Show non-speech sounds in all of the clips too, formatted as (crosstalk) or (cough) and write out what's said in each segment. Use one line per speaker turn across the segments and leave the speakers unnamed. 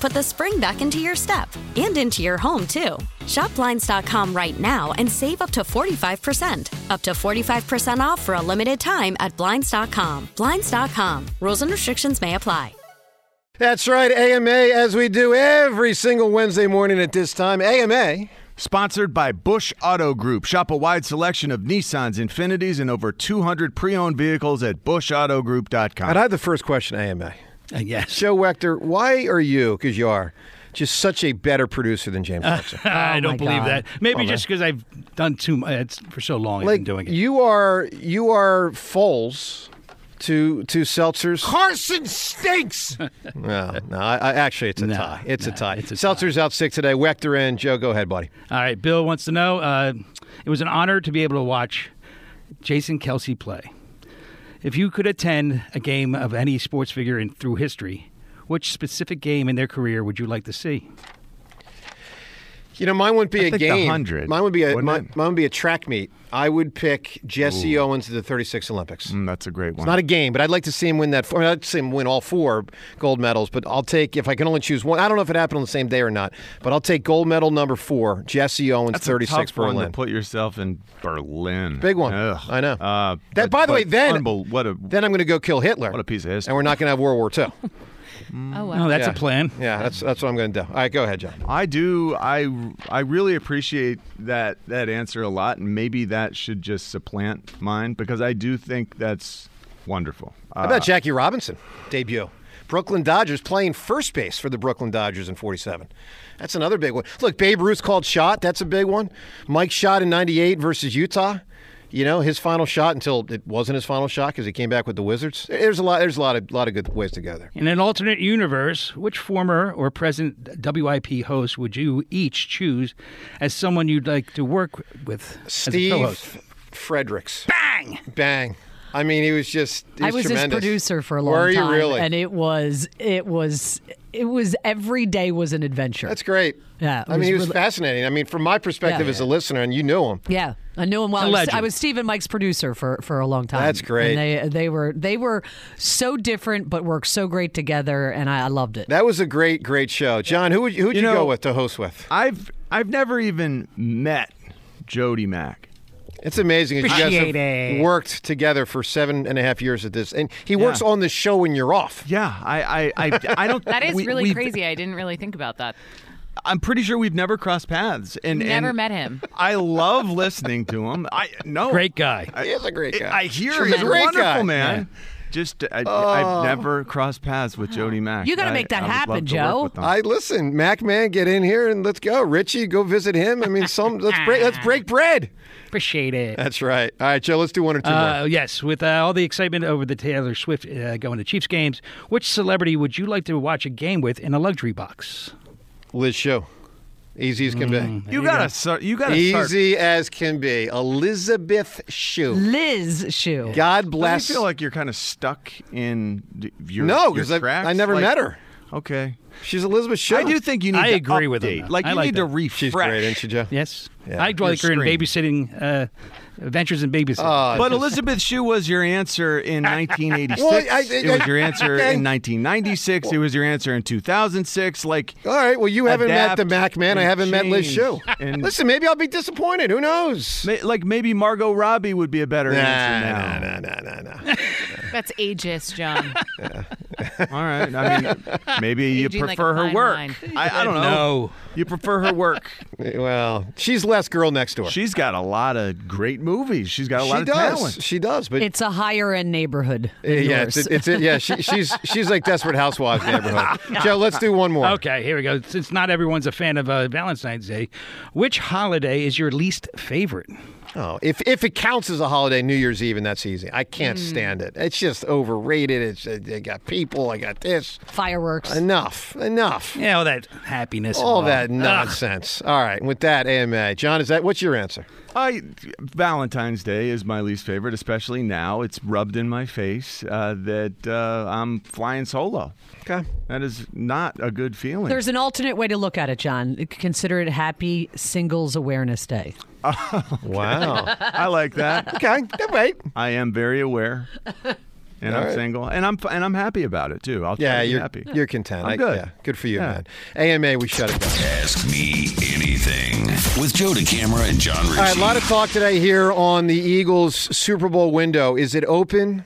put the spring back into your step and into your home, too. Shop Blinds.com right now and save up to 45%. Up to 45% off for a limited time at Blinds.com. Blinds.com. Rules and restrictions may apply.
That's right, AMA, as we do every single Wednesday morning at this time. AMA.
Sponsored by Bush Auto Group. Shop a wide selection of Nissans, Infinities, and over 200 pre owned vehicles at bushautogroup.com.
And I have the first question, AMA.
Uh, yes.
Joe Wechter, why are you, because you are, just such a better producer than James
Uh,
Watson?
(laughs) I don't believe
God.
that.
Oh,
Maybe just because I've done too much it's for so long. I've been doing it.
you are you are foals to to seltzers.
Carson
(laughs)
stinks.
No, no, I, I, actually it's a
No,
tie. It's
no,
a tie.
it's a
seltzers out sick today. Wechter and Joe, go ahead, buddy.
All right. Bill wants to know. Uh, it was an honor to be able to watch Jason Kelsey play. If you could attend a game of any sports figure in, through history, which specific game in their career would you like to see?
You know, mine wouldn't be
I
a
think the
game.
100,
Mine would be a
wouldn't
mine,
it?
mine would be a track meet. I would pick Jesse Owens at the 36 Olympics.
Mm, that's a great one.
Not a game, but I'd like to see him win that. Four, I'd like to see him win all four gold medals. But I'll take if I can only choose one. I don't know if it happened on the same day or not. But I'll take gold medal number four, Jesse Owens,
that's a
36
tough
Berlin.
one to put yourself in Berlin.
Big one.
Ugh.
I know.
Uh,
that,
but-
by the way,
but
then
unbel- what a
then I'm going to go kill Hitler.
what a piece of history.
And we're not going to have World War II.
Oh, wow.
(laughs) Oh, that's
Yeah.
a plan.
yeah, that's that's what I'm going to do. All right, go ahead, John.
I do. I I really appreciate that that answer a lot, and maybe that should just supplant mine because I do think that's wonderful. Uh,
How about Jackie Robinson debut? Brooklyn Dodgers playing first base for the Brooklyn Dodgers in 47. That's another big one. Look, Babe Ruth called shot. That's a big one. Mike shot in 98 versus Utah. You know, his final shot until it wasn't his final shot because he came back with the Wizards. There's a lot there's a lot of lot of good ways to go there.
In an alternate universe, which former or present WIP host would you each choose as someone you'd like to work with as a
Steve
co-host?
Fredericks.
Bang!
Bang. I mean, he was just he
I was his
tremendous.
producer for a long
Were you
time,
really?
and it was it was it was every day was an adventure.
That's great.
Yeah, it
I mean, he was
really-
fascinating. I mean, from my perspective
Yeah.
as a listener, and you knew him.
Yeah, I knew him
A
well. I was,
legend.
I was Steve and Mike's producer for for a long time.
That's great.
And they they were they were so different, but worked so great together, and I, I loved it.
That was a great, great show. John, who would you, who'd you,
You know-
go with to host with?
I've I've never even met Jody Mack.
It's amazing. as you
Appreciate
guys have
it.
worked together for seven and a half years at this. And he works
Yeah.
on the show when you're off.
Yeah, I I I, I
(laughs)
don't.
(laughs) That
we-
really
we've-
crazy.
I didn't really think about that.
I'm pretty sure we've never crossed paths. And
Never
and
met him.
I love listening to him. I no
Great guy.
He is a great guy.
I, I hear
Tremendous.
he's a wonderful
Great guy. Oh.
man. Just I, I've never crossed paths with Jody Mack.
You gotta
I-
make that
I would
happen,
love to
Joe.
work with him.
I listen, Mac man, get in here and let's go. Richie, go visit him. I mean, some let's break
(laughs)
let's break bread.
Appreciate it.
That's right. All right, Joe, let's do one or two
Uh, yes, with uh, all the excitement over the Taylor Swift uh, going to Chiefs games, which celebrity would you like to watch a game with in a luxury box?
more. Liz Show. Easy as can
Mm,
you gotta start. You
be.
gotta start.
Easy as can be. Elizabeth Shue.
Liz Shoe.
God
I
bless.
feel like you're kind of stuck in d- your
No,
your
'cause I-
tracks?
I never
Like,
met her.
Okay,
She's Elizabeth Shue.
I do think you need.
I
to
agree with him,
update.
though.
Like
I
you
like
need
that.
to refresh.
She's great, isn't she, Joe?
Yes,
Yeah.
I'd like her
Your
in
screen.
babysitting uh, Adventures in Babysitting.
Ah,
But Elizabeth Shue was your answer
(laughs)
in 1986.
Well, I- I-
it was your answer
okay.
in 1996. it was your answer in 2006. Like,
All right. Well, you haven't met the
Adapt
Mac man. I
and
haven't met Liz
change
Shoe.
and-
Listen, maybe I'll be disappointed. Who knows?
ma- like maybe Margot Robbie would be a better answer now.
nah, nah, nah, nah, nah.
That's ageist, John.
All right. I mean,
(laughs)
maybe you
Aging like
prefer
a
her
fine
work.
wine.
I, I don't know.
No.
You prefer her work.
(laughs) Well, she's less girl next door.
She's got a lot of great movies. She's got a
She
lot of
does.
talent.
She does. But
It's a higher end neighborhood. than
yeah,
yours.
it's, it's it, yeah.
(laughs)
She, she's she's like desperate housewives
(laughs)
neighborhood. Joe, let's do one more.
Okay, here we go. Since not everyone's a fan of uh, Valentine's Day, which holiday is your least favorite?
Oh, if if it counts as a holiday, New Year's Eve, and that's easy. I can't
Mm.
stand it. It's just overrated. It's uh, I got people. I got this.
Fireworks.
Enough. Enough.
Yeah, all that happiness.
All
involved.
that
Ugh.
nonsense. All right. With that, AMA. John, is that what's your answer?
I Valentine's Day is my least favorite, especially now. It's rubbed in my face uh, that uh, I'm flying solo.
Okay.
That is not a good feeling.
There's an alternate way to look at it, John. Consider it Happy Singles
(laughs)
Awareness Day.
Wow.
I like that.
okay. All right.
I am very aware, and I'm
right.
single, and I'm and I'm happy about it too. I'll try
Yeah,
to be
you're
happy.
you're content.
I'm
I-
good.
yeah, good for you,
Yeah.
man. AMA, we shut it down.
Ask me anything with Joe DeCamera and John Ritchie.
All right, a lot of talk today here on the Eagles Super Bowl window. Is it open?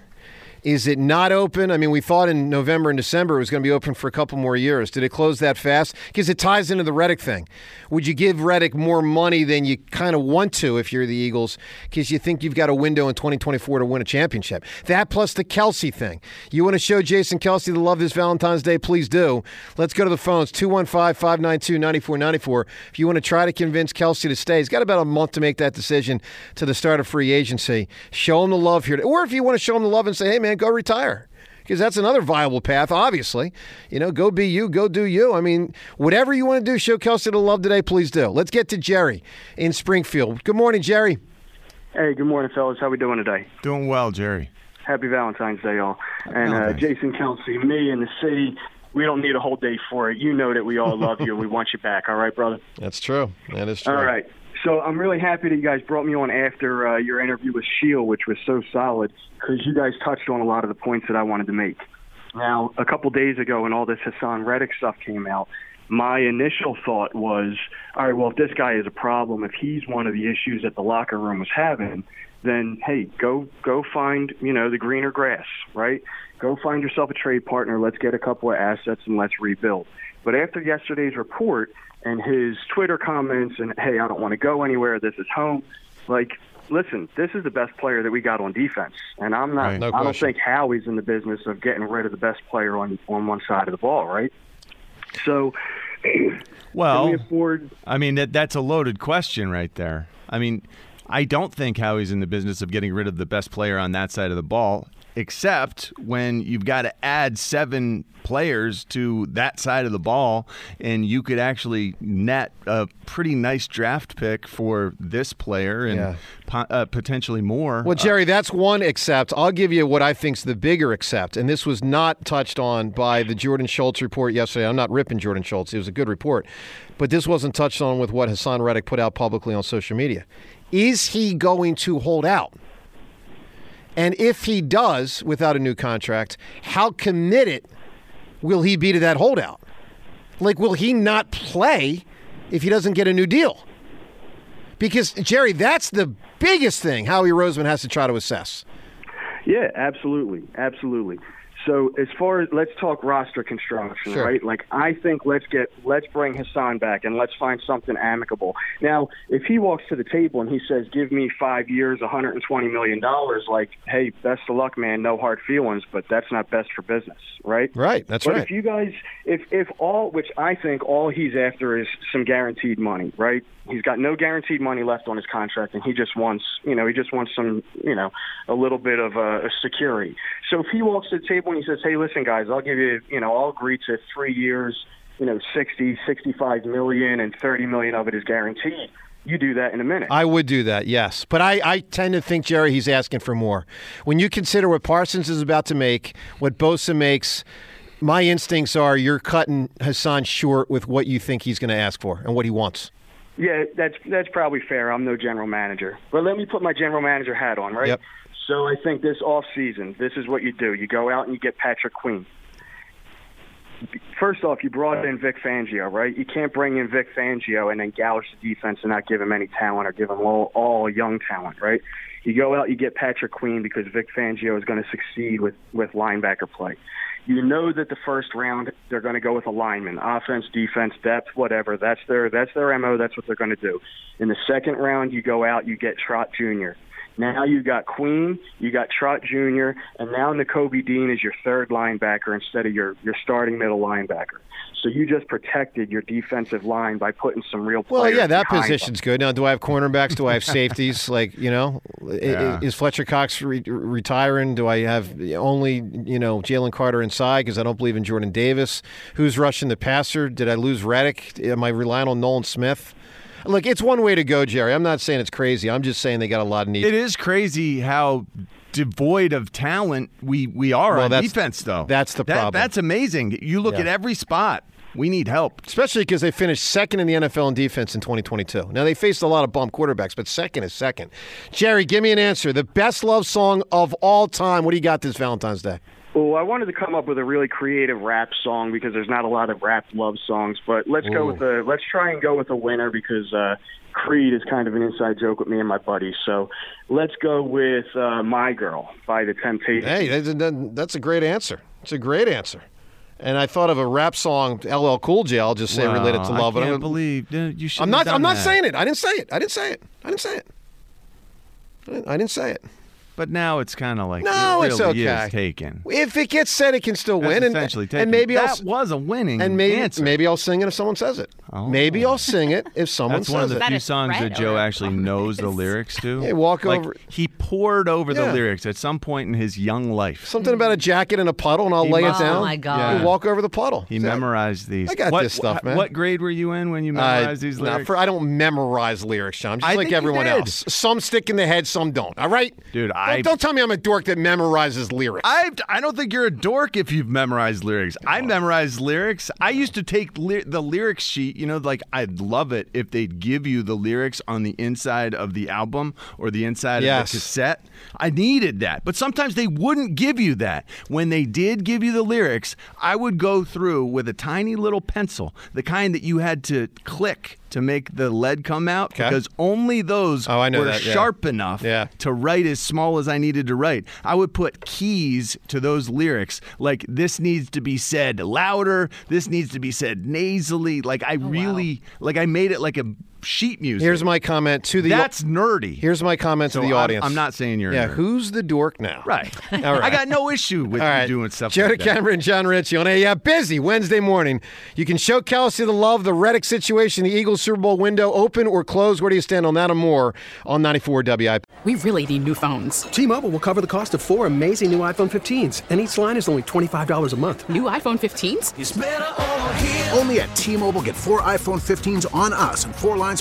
Is it not open? I mean, we thought in November and December it was going to be open for a couple more years. Did it close that fast? Because it ties into the Reddick thing. Would you give Reddick more money than you kind of want to if you're the Eagles because you think you've got a window in 2024 to win a championship? That plus the Kelsey thing. You want to show Jason Kelsey the love this Valentine's Day? Please do. Let's go to the phones 215 592 9494. If you want to try to convince Kelsey to stay, he's got about a month to make that decision to the start of free agency. Show him the love here. Or if you want to show him the love and say, hey, man, go retire. Because that's another viable path, obviously. You know, go be you, go do you. I mean, whatever you want to do, show Kelsey the love today, please do. Let's get to Jerry in Springfield. Good morning, Jerry.
Hey, good morning, fellas. How we doing today?
Doing well, Jerry.
Happy Valentine's Day, all. And uh,
Valentine's.
Jason Kelsey, me and the city, we don't need a whole day for it. You know that we all love you and we want you back. All right, brother?
That's true. That is true.
All right. So I'm really happy that you guys brought me on after uh, your interview with Shield, which was so solid, because you guys touched on a lot of the points that I wanted to make. Now, a couple days ago, when all this Hassan Reddick stuff came out, my initial thought was, all right, well, if this guy is a problem, if he's one of the issues that the locker room was having, then hey, go go find you know the greener grass, right? Go find yourself a trade partner. Let's get a couple of assets and let's rebuild. But after yesterday's report and his Twitter comments and hey, I don't want to go anywhere. This is home. Like, listen, this is the best player that we got on defense, and I'm not.
Right. No
I don't
question.
think Howie's in the business of getting rid of the best player on on one side of the ball, right? So. (clears throat)
Well,
Can we afford?
I mean, that that's a loaded question right there. I mean, I don't think Howie's in the business of getting rid of the best player on that side of the ball, except when you've got to add seven players to that side of the ball, and you could actually net a pretty nice draft pick for this player and
Yeah.
po- uh, potentially more.
Well, Jerry, that's one accept. I'll give you what I think's the bigger accept, and this was not touched on by the Jordan Schultz report yesterday. I'm not ripping Jordan Schultz; it was a good report, but this wasn't touched on with what Hassan Reddick put out publicly on social media. Is he going to hold out? And if he does, without a new contract, how committed will he be to that holdout? Like, will he not play if he doesn't get a new deal? Because Jerry, that's the biggest thing Howie Roseman has to try to assess.
Yeah, absolutely, absolutely. So as far as let's talk roster construction,
Sure.
right? Like I think let's get let's bring Hassan back and let's find something amicable. Now, if he walks to the table and he says, "Give me five years, 120 million dollars," like, hey, best of luck, man. No hard feelings, but that's not best for business, right?
Right, that's
but
right.
If you guys, if if all, which I think all he's after is some guaranteed money, right? He's got no guaranteed money left on his contract, and he just wants, you know, he just wants some, you know, a little bit of uh, security. So if he walks to the table and he says, "Hey, listen, guys, I'll give you, you know, I'll agree to three years, you know, sixty, sixty-five million, and thirty million of it is guaranteed," you do that in a minute.
I would do that, yes. But I, I tend to think, Jerry, he's asking for more. When you consider what Parsons is about to make, what Bosa makes, my instincts are you're cutting Hassan short with what you think he's going to ask for and what he wants.
Yeah, that's that's probably fair. I'm no general manager, but let me put my general manager hat on, right?
Yep.
So I think this off season, this is what you do: you go out and you get Patrick Queen. First off, you brought in Vic Fangio, right? You can't bring in Vic Fangio and then gouge the defense and not give him any talent or give him all, all young talent, right? You go out, you get Patrick Queen because Vic Fangio is going to succeed with with linebacker play. You know that the first round they're going to go with alignment, offense, defense, depth, whatever. That's their that's their mo. That's what they're going to do. In the second round, you go out, you get Trot Jr. Now you got Queen, you got Trot Jr., and now N'Kobe Dean is your third linebacker instead of your your starting middle linebacker. So you just protected your defensive line by putting some real.
Well,
players
yeah, that
behind them.
position's good. Now, do I have cornerbacks? Do I have
(laughs)
safeties? like, you know, i- i-
Yeah.
is Fletcher Cox re- retiring? Do I have only, you know, Jalen Carter inside because I don't believe in Jordan Davis? Who's rushing the passer? Did I lose Reddick? Am I relying on Nolan Smith? Look, it's one way to go, Jerry. I'm not saying it's crazy. I'm just saying they got a lot of needs.
It is crazy how devoid of talent we, we are
Well,
on
that's-
defense, though.
that's the
That-
problem.
that's amazing. You look
Yeah.
at every spot. We need help.
Especially because they finished second in the NFL in defense in 2022. Now, they faced a lot of bump quarterbacks, but second is second. Jerry, give me an answer. The best love song of all time. What do you got this Valentine's Day?
Well, I wanted to come up with a really creative rap song because there's not a lot of rap love songs, but let's go with a let's try and go with a winner because uh, Creed is kind of an inside joke with me and my buddies. So let's go with uh, My Girl by the Temptations.
Hey, that's a, that's a great answer. It's a great answer. And I thought of a rap song, LL Cool J. I'll just say
Wow,
related to love.
I
but
can't
I'm,
believe uh, you should.
I'm not. I'm not saying it. I didn't say it. I didn't say it. I didn't say it. I didn't, I didn't say it.
But now it's kind of like
No,
it
it's
really
okay.
Is taken.
If it gets said, it can still
That's
win. And,
essentially taken.
and maybe
that
I'll,
was a winning
and maybe
answer.
maybe I'll sing it if someone says it.
Oh.
Maybe I'll sing it if someone
That's
says
one of the
it.
That
few
is
songs
threat
that Joe (laughs)
or-
actually knows the lyrics to.
Yeah, walk
Like,
over-
He poured over
Yeah.
the lyrics at some point in his young life.
Something about a jacket and a puddle, and I'll
He
lay
must-
it down.
Oh, my God.
and walk over the puddle.
He
Is that-
memorized these.
I got
what,
this stuff,
wh-
man.
What grade were you in when you
I-
memorized these
no,
lyrics?
for- I don't memorize lyrics, John. I'm just
I
like
think you
everyone
did.
else. Some stick in the head, some don't. All right,
Dude,
Don't,
I-
don't tell me I'm a dork that memorizes lyrics. Oh.
I I don't think you're a dork if you've memorized lyrics. I memorized lyrics. I used to take ly- the lyrics sheet. You know, like I'd love it if they'd give you the lyrics on the inside of the album or the inside
Yes.
of the cassette. I needed that, but sometimes they wouldn't give you that. When they did give you the lyrics, I would go through with a tiny little pencil, the kind that you had to click to make the lead come out,
Okay.
because only those
Oh, I know
were
that, yeah.
sharp enough
Yeah.
to write as small as I needed to write. I would put keys to those lyrics, like this needs to be said louder, this needs to be said nasally. Like
Oh,
I really, like I made it like a sheet music.
Here's
(laughs)
my comment to the.
That's nerdy.
here's my comment
So
to the
I'm-
audience.
I'm not saying you're a
Yeah,
nerd.
who's the dork now?
right.
All
(laughs) I
right.
got no issue with
All
you
right.
doing stuff.
Jonah
like that.
Cameron, John Ritchie on a uh, busy Wednesday morning. You can show Kelsey the love, the Reddick situation, the Eagles Super Bowl window open or closed. Where do you stand on that and more on 94 WIP?
We really need new phones.
T-Mobile will cover the cost of four amazing new iPhone 15s, and each line is only $25 a month.
New iPhone 15s?
Only at T-Mobile, get four iPhone 15s on us and four lines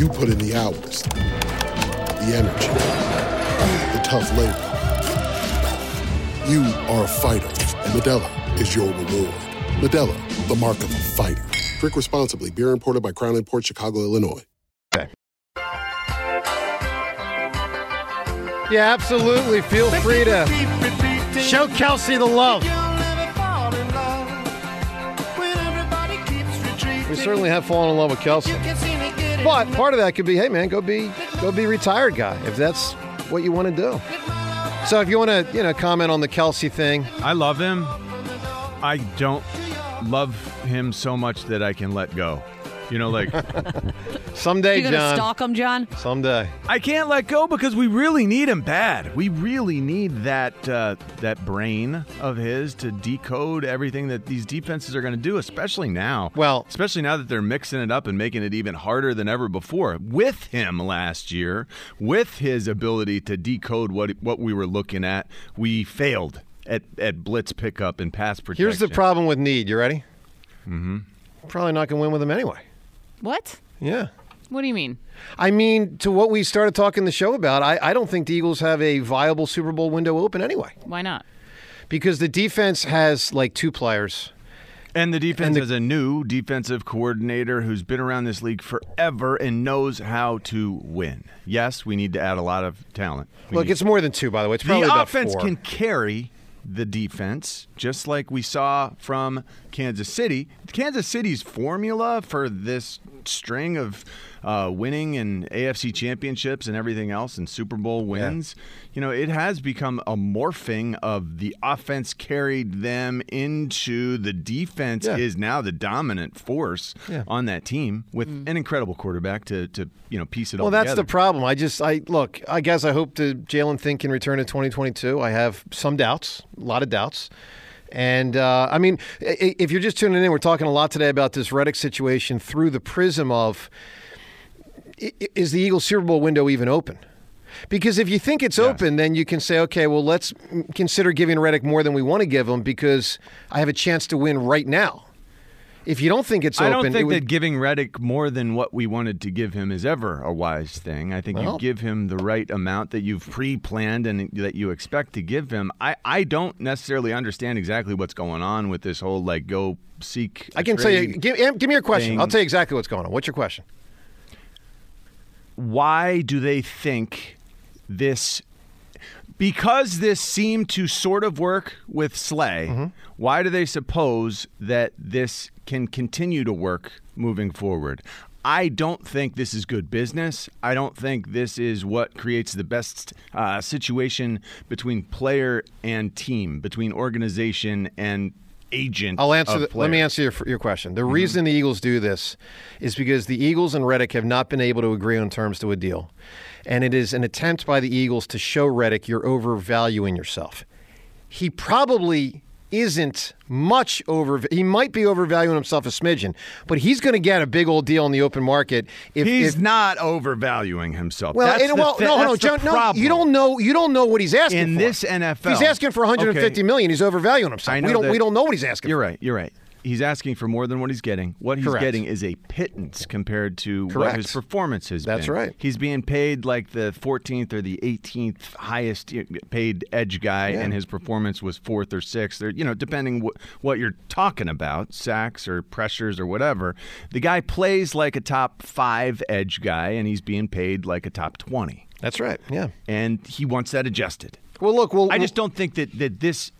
You put in the hours, the energy, the tough labor. You are a fighter, and Medella is your reward. Medella, the mark of a fighter. Drink responsibly. Beer imported by Crown Port Chicago, Illinois.
Yeah, absolutely. Feel free to show Kelsey the love. We certainly have fallen in love with Kelsey. But part of that could be, hey man, go be go be retired guy if that's what you want to do. So if you want to, you know, comment on the Kelsey thing,
I love him. I don't love him so much that I can let go. You know, like
(laughs) someday,
You gonna
John.
stalk him, John?
someday.
I can't let go because we really need him bad. We really need that uh, that brain of his to decode everything that these defenses are going to do, especially now. Well, especially now that they're mixing it up and making it even harder than ever before. With him last year, with his ability to decode what what we were looking at, we failed at at blitz pickup and pass protection.
Here's the problem with need. You ready?
Mm-hmm.
Probably not going to win with him anyway.
What?
Yeah.
What do you mean?
I mean, to what we started talking the show about, I, I don't think the Eagles have a viable Super Bowl window open anyway.
Why not?
Because the defense has like two players.
And the defense is a new defensive coordinator who's been around this league forever and knows how to win. Yes, we need to add a lot of talent. We
Look,
need-
it's more than two, by the way. It's probably
the
about
offense
four.
can carry the defense, just like we saw from Kansas City. Kansas City's formula for this string of uh, winning and AFC championships and everything else and Super Bowl wins, you know, it has become a morphing of the offense carried them into the defense
Yeah.
is now the dominant force
Yeah.
on that team with an incredible quarterback to, to you know piece it
Well,
all
that's
together.
the problem. I just, I look. I guess I hope the Jalen Thing can return in 2022. I have some doubts, a lot of doubts. And uh, I mean, i- i- if you're just tuning in, we're talking a lot today about this Reddick situation through the prism of i- i- is the Eagles Super Bowl window even open? Because if you think it's open, then you can say, okay, well, let's mm, consider giving Reddick more than we want to give him because I have a chance to win right now. If you don't think it's
I
open,
don't
it
think
would-
that giving Reddick more than what we wanted to give him is ever a wise thing. I think
Well-
you give him the right amount that you've pre-planned and that you expect to give him. I, I don't necessarily understand exactly what's going on with this whole like go seek.
I can tell you. Give, give me your question. I'll
thing.
tell you exactly what's going on. What's your question?
why do they think this because this seemed to sort of work with Slay,
Mm-hmm.
why do they suppose that this can continue to work moving forward? I don't think this is good business. I don't think this is what creates the best uh, situation between player and team, between organization and agent.
I'll answer.
of
The, let me
player. Mm-hmm.
answer your, your question. The reason the Eagles do this is because the Eagles and Reddick have not been able to agree on terms to a deal, and it is an attempt by the Eagles to show Reddick you're overvaluing yourself. He probably isn't much over. He might be overvaluing himself a smidgen, but he's going to get a big old deal in the open market if
He's
if,
not overvaluing himself.
Well,
That's
and,
the
well,
thi-
no, no,
that's the
John, no, you
problem.
don't know. You don't know what he's asking
in
for.
this NFL.
If he's asking for 150 million.
okay,
He's overvaluing himself.
I know
We don't.
that-
we don't know what he's asking.
You're right. You're right. He's asking for more than what he's getting. What he's
Correct.
getting is a pittance compared to what
Correct.
his performance has
That's
been.
right.
He's being paid like the 14th or the 18th highest paid edge guy,
Yeah.
and his performance was fourth or sixth, or you know, depending wh- what you're talking about, sacks or pressures or whatever. The guy plays like a top five edge guy, and he's being paid like a top 20,
That's right. Yeah.
and he wants that adjusted.
Well, look. Well,
I just don't think that, that this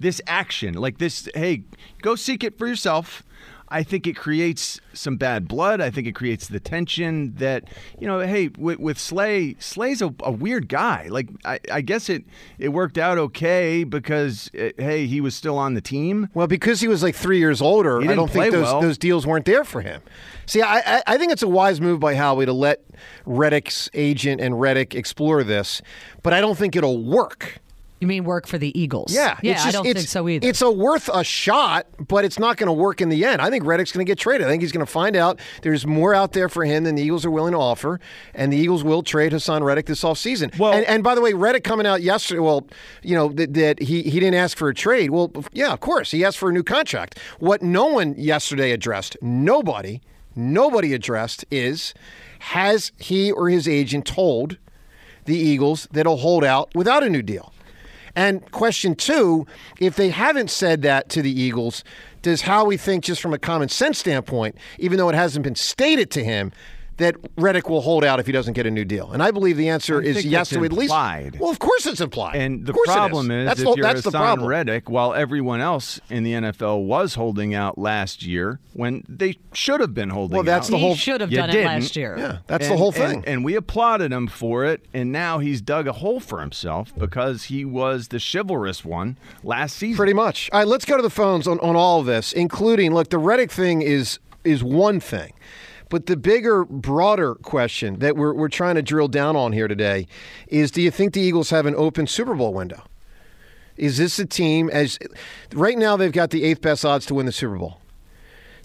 this action, like this, hey, go seek it for yourself. I think it creates some bad blood. I think it creates the tension that you know. Hey, with, with Slay, Slay's a, a weird guy. Like I, I guess it it worked out okay because eh, hey, he was still on the team.
Well, because he was like three years older,
He
I
didn't
don't think
play
those,
well.
those deals weren't there for him. See, I, I, I think it's a wise move by Howie to let Reddick's agent and Reddick explore this, but I don't think it'll work.
You mean work for the Eagles?
Yeah,
yeah.
it's
I
just-
don't
it's,
think so either.
It's a worth a shot, but it's not going to work in the end. I think Reddick's going to get traded. I think he's going to find out there's more out there for him than the Eagles are willing to offer, and the Eagles will trade Hassan Reddick this offseason. Well, and, and by the way, Reddick coming out yesterday, well, you know that, that he he didn't ask for a trade. Well, yeah, of course he asked for a new contract. What no one yesterday addressed, nobody, nobody addressed is has he or his agent told the Eagles that he'll hold out without a new deal. And question two, if they haven't said that to the Eagles, does Howie think, just from a common sense standpoint, even though it hasn't been stated to him, that Reddick will hold out if he doesn't get a new deal? And I believe the answer
I
is
think
yes
that's
to at least.
implied.
Well, of course it's implied.
And the
Of course it is.
problem is,
that's
if
the,
you're
that's the
Hassan
problem.
Reddick, while everyone else in the NFL was holding out last year when they should have been holding
Well, that's
out.
the whole- He
should have
You
done it
didn't.
last year. Yeah,
that's the whole thing.
And, and we applauded him for it, and now he's dug a hole for himself because he was the chivalrous one last season.
Pretty much. All right, let's go to the phones on, on all of this, including look, the Reddick thing is is one thing. But the bigger, broader question that we're, we're trying to drill down on here today is do you think the Eagles have an open Super Bowl window? Is this a team as right now they've got the eighth best odds to win the Super Bowl?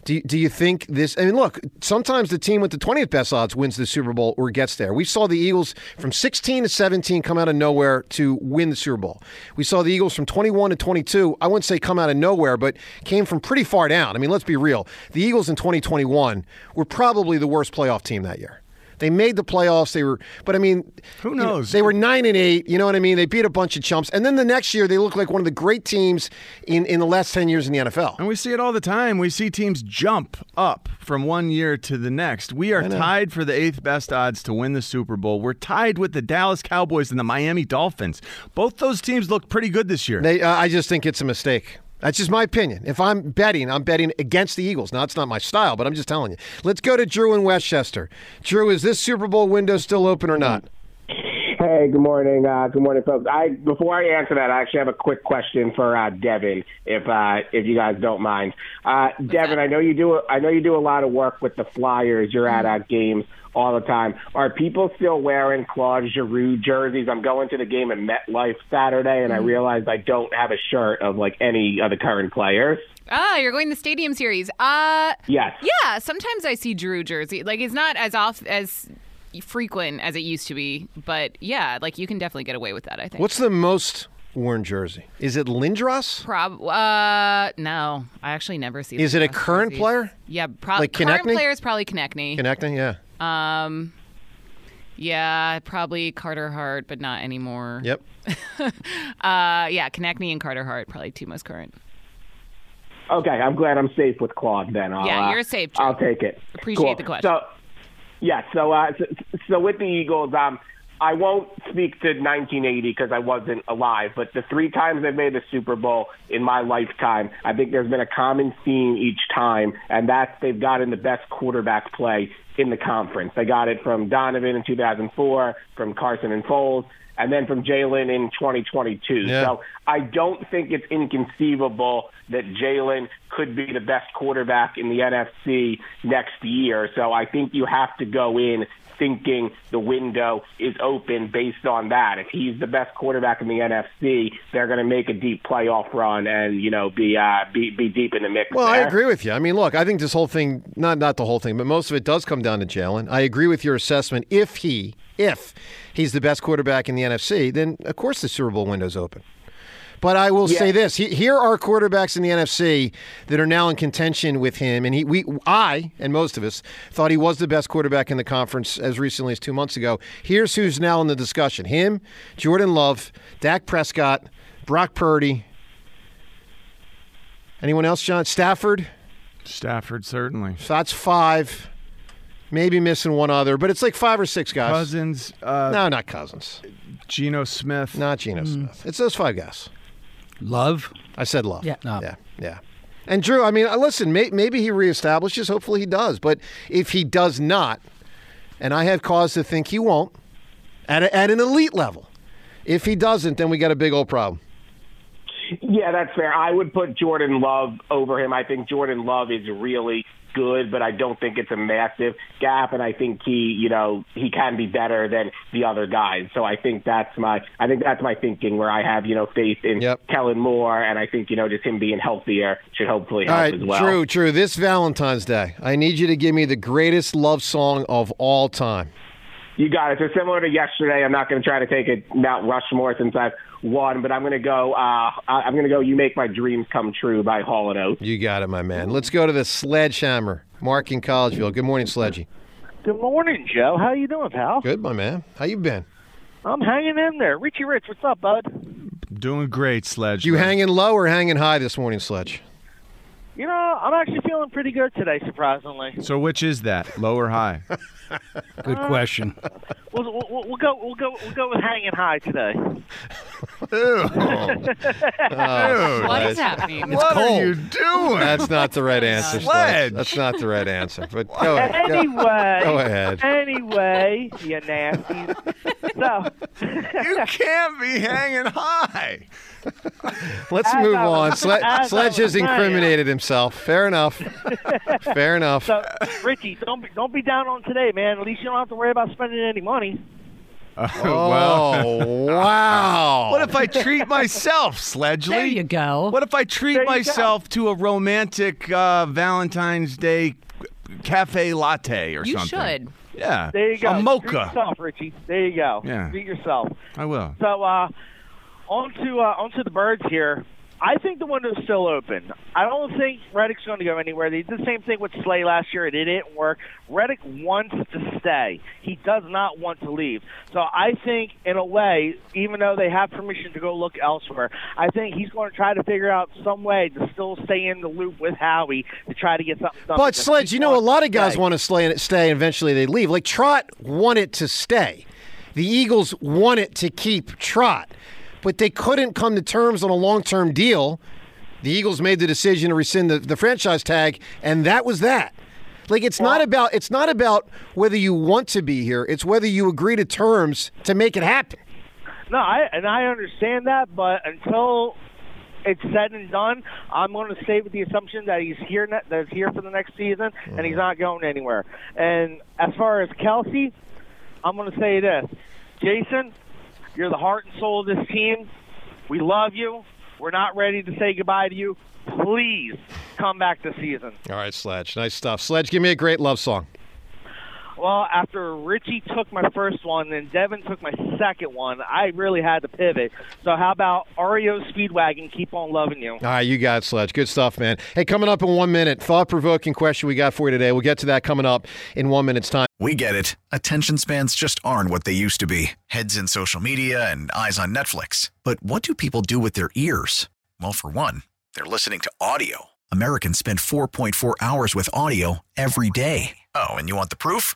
Do, do you think this? I mean, look, sometimes the team with the 20th best odds wins the Super Bowl or gets there. We saw the Eagles from 16 to 17 come out of nowhere to win the Super Bowl. We saw the Eagles from 21 to 22, I wouldn't say come out of nowhere, but came from pretty far down. I mean, let's be real. The Eagles in 2021 were probably the worst playoff team that year. They made the playoffs. They were, but I mean, who knows? they were nine and eight. You know what I mean? They beat a bunch of chumps, and then the next year they look like one of the great teams in in the last ten years in the NFL.
And we see it all the time. We see teams jump up from one year to the next. We are
know.
tied for the eighth best odds to win the Super Bowl. We're tied with the Dallas Cowboys and the Miami Dolphins. Both those teams look pretty good this year.
They, uh, I just think it's a mistake. That's just my opinion. If I'm betting, I'm betting against the Eagles. Now, it's not my style, but I'm just telling you. Let's go to Drew in Westchester. Drew, is this Super Bowl window still open or not?
Hey, good morning. Uh, good morning, folks. I before I answer that, I actually have a quick question for uh, Devin, if uh, if you guys don't mind. Uh, Devin, I know you do. I know you do a lot of work with the Flyers. You're at uh, games all the time. Are people still wearing Claude Giroux jerseys? I'm going to the game at MetLife Saturday, and I realized I don't have a shirt of like any of the current players.
Ah, you're going to the stadium series. Uh
Yes.
Yeah, sometimes I see Drew jersey. Like it's not as off as frequent as it used to be, but yeah, like you can definitely get away with that, I think.
What's the most worn jersey? Is it Lindros?
Prob uh no, I actually never see.
Is
the
it a
Rockets
current
jerseys.
player?
Yeah, probably
Like
current
Konechny?
player is probably Konechny.
Connecting, yeah.
Um, yeah, probably Carter Hart, but not anymore.
Yep.
(laughs) Uh, yeah, Konechny and Carter Hart probably two most current.
Okay, I'm glad I'm safe with Claude then. I'll,
Yeah,
uh,
you're safe, Joe.
I'll take it.
Appreciate the question.
So, yeah, so, uh, so so with the Eagles, um, I won't speak to 1980 because I wasn't alive, but the three times they've made the Super Bowl in my lifetime, I think there's been a common theme each time, and that's they've gotten the best quarterback play in the conference. They got it from Donovan in 2004, from Carson and Foles, and then from Jalen in 2022. So I don't think it's inconceivable that Jalen could be the best quarterback in the NFC next year. So I think you have to go in thinking the window is open based on that. If he's the best quarterback in the NFC, they're going to make a deep playoff run and you know be uh, be, be deep in the mix.
Well, I
there.
agree with you. I mean, look, I think this whole thing, not not the whole thing, but most of it does come down to Jalen. I agree with your assessment. If he, if he's the best quarterback in the NFC, then of course the Super Bowl window's open. But I will say this: he, here are quarterbacks in the NFC that are now in contention with him, and he, we, I, and most of us thought he was the best quarterback in the conference as recently as two months ago. Here's who's now in the discussion: him, Jordan Love, Dak Prescott, Brock Purdy. Anyone else, John Stafford?
Stafford certainly.
So that's five. Maybe missing one other, but it's like five or six guys.
Cousins. Uh,
no, not Cousins.
Geno Smith.
Not Geno Smith. It's those five guys.
Hmm. Love.
I said love.
Yeah. No.
Yeah. Yeah. And Drew, I mean, uh, listen, may, maybe he reestablishes. Hopefully he does. But if he does not, and I have cause to think he won't, at, a, at an elite level, if he doesn't, then we got a big old problem.
Yeah, that's fair. I would put Jordan Love over him. I think Jordan Love is really good, but I don't think it's a massive gap. And I think he, you know, he can be better than the other guys. So I think that's my, I think that's my thinking where I have, you know, faith in Kellen Moore, and I think you know just him being healthier should hopefully help
All right,
as well.
true, true. This Valentine's Day, I need you to give me the greatest love song of all time.
You got it. So similar to yesterday, I'm not going to try to take it Mount Rushmore since I've won, but I'm going to go. Uh, I- I'm going to go. You make my dreams come true by Hall and Oates.
You got it, my man. Let's go to the sledgehammer, Mark in Collegeville. Good morning, Sledgy.
Good morning, Joe. How you doing, pal?
Good, my man. How you been?
I'm hanging in there. Richie Rich, what's up, bud?
Doing great, Sledge.
You hanging low or hanging high this morning, Sledge?
You know, I'm actually feeling pretty good today, surprisingly.
So which is that, low or high?
Good
question.
We'll, we'll, we'll go. We'll go. We'll go with hanging high
(laughs)
today. (laughs)
What is
happening?
It's cold. doing? That's not the right answer, Sledge. That's not the right answer. But go ahead. Go-
Anyway,
Go ahead.
anyway, you nasty.
(laughs)
So
you can't be hanging high.
Let's
As
move
I was-
on. Sle-
as I
Sledge
was
has incriminated himself. Fair
(laughs)
enough. Fair enough.
So, Richie, don't be, don't be down on today, man. At least you don't have to worry about spending any money.
Oh, (laughs) wow.
What if I treat myself, Sledgley?
There you go.
What if I treat
There you go.
myself to a romantic uh, Valentine's Day cafe latte or
You
something?
should.
Yeah.
There you go.
A
Treat
mocha.
yourself, Richie. There you go.
Yeah.
Treat yourself.
I will.
So uh, onto uh, onto the birds here. I think the window's still open. I don't think Reddick's going to go anywhere. They did the same thing with Slay last year, and it didn't work. Reddick wants to stay. He does not want to leave. So I think, in a way, even though they have permission to go look elsewhere, I think he's going to try to figure out some way to still stay in the loop with Howie to try to get something. done.
But
Because
Sledge,
he
you know, a
wants
lot
to
of guys
stay.
want to slay and stay, and eventually they leave. Like Trot wanted to stay. The Eagles wanted to keep Trot, but they couldn't come to terms on a long-term deal. The Eagles made the decision to rescind the, the franchise tag, and that was that. Like it's not about it's not about whether you want to be here. It's whether you agree to terms to make it happen.
No, I and I understand that, but until it's said and done, I'm going to stay with the assumption that he's here ne- that he's here for the next season and he's not going anywhere. And as far as Kelsey, I'm going to say this. Jason, you're the heart and soul of this team. We love you. We're not ready to say goodbye to you. Please come back this season.
All right, Sledge, nice stuff. Sledge, give me a great love song.
Well, after Richie took my first one and Devin took my second one, I really had to pivot. So how about E REO Speedwagon, Keep On Loving You?
All right, you got it, Sledge. Good stuff, man. Hey, coming up in one minute, thought provoking question we got for you today. We'll get to that coming up in one minute's time.
We get it. Attention spans just aren't what they used to be heads in social media and eyes on Netflix. But what do people do with their ears? Well, for one, they're listening to audio. Americans spend 4.4 hours with audio every day. Oh, and you want the proof?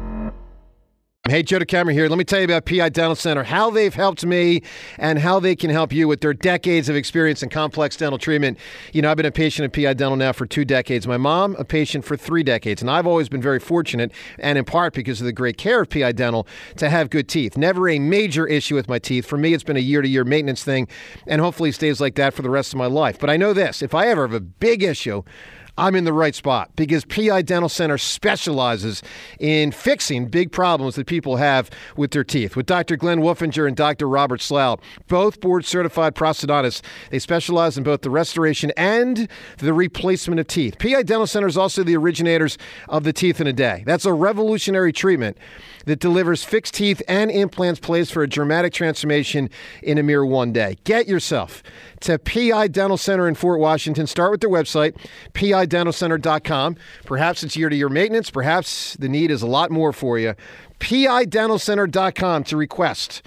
Hey, Joe DeCamera here. Let me tell you about PI Dental Center, how they've helped me and how they can help you with their decades of experience in complex dental treatment. You know, I've been a patient of PI Dental now for two decades. My mom, a patient for three decades. And I've always been very fortunate, and in part because of the great care of PI Dental, to have good teeth. Never a major issue with my teeth. For me, it's been a year to year maintenance thing, and hopefully stays like that for the rest of my life. But I know this if I ever have a big issue, I'm in the right spot because PI Dental Center specializes in fixing big problems that people have with their teeth. With Dr. Glenn Wolfinger and Dr. Robert Slough, both board certified prosthodontists, they specialize in both the restoration and the replacement of teeth. PI Dental Center is also the originators of the Teeth in a Day. That's a revolutionary treatment that delivers fixed teeth and implants placed for a dramatic transformation in a mere one day. Get yourself to PI Dental Center in Fort Washington. Start with their website, pidentalcenter.com. Perhaps it's year to year maintenance, perhaps the need is a lot more for you. pidentalcenter.com to request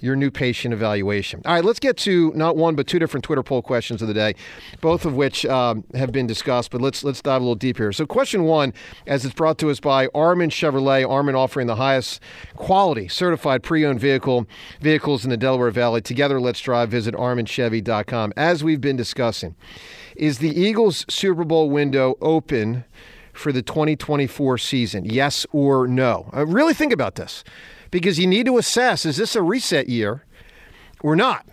your new patient evaluation. All right, let's get to not one but two different Twitter poll questions of the day, both of which um, have been discussed. But let's let's dive a little deeper here. So, question one, as it's brought to us by Armin Chevrolet, Armin offering the highest quality certified pre-owned vehicle vehicles in the Delaware Valley. Together, let's drive. Visit ArminChevy.com. As we've been discussing, is the Eagles Super Bowl window open? for the 2024 season? Yes or no? Uh, really think about this because you need to assess is this a reset year or not?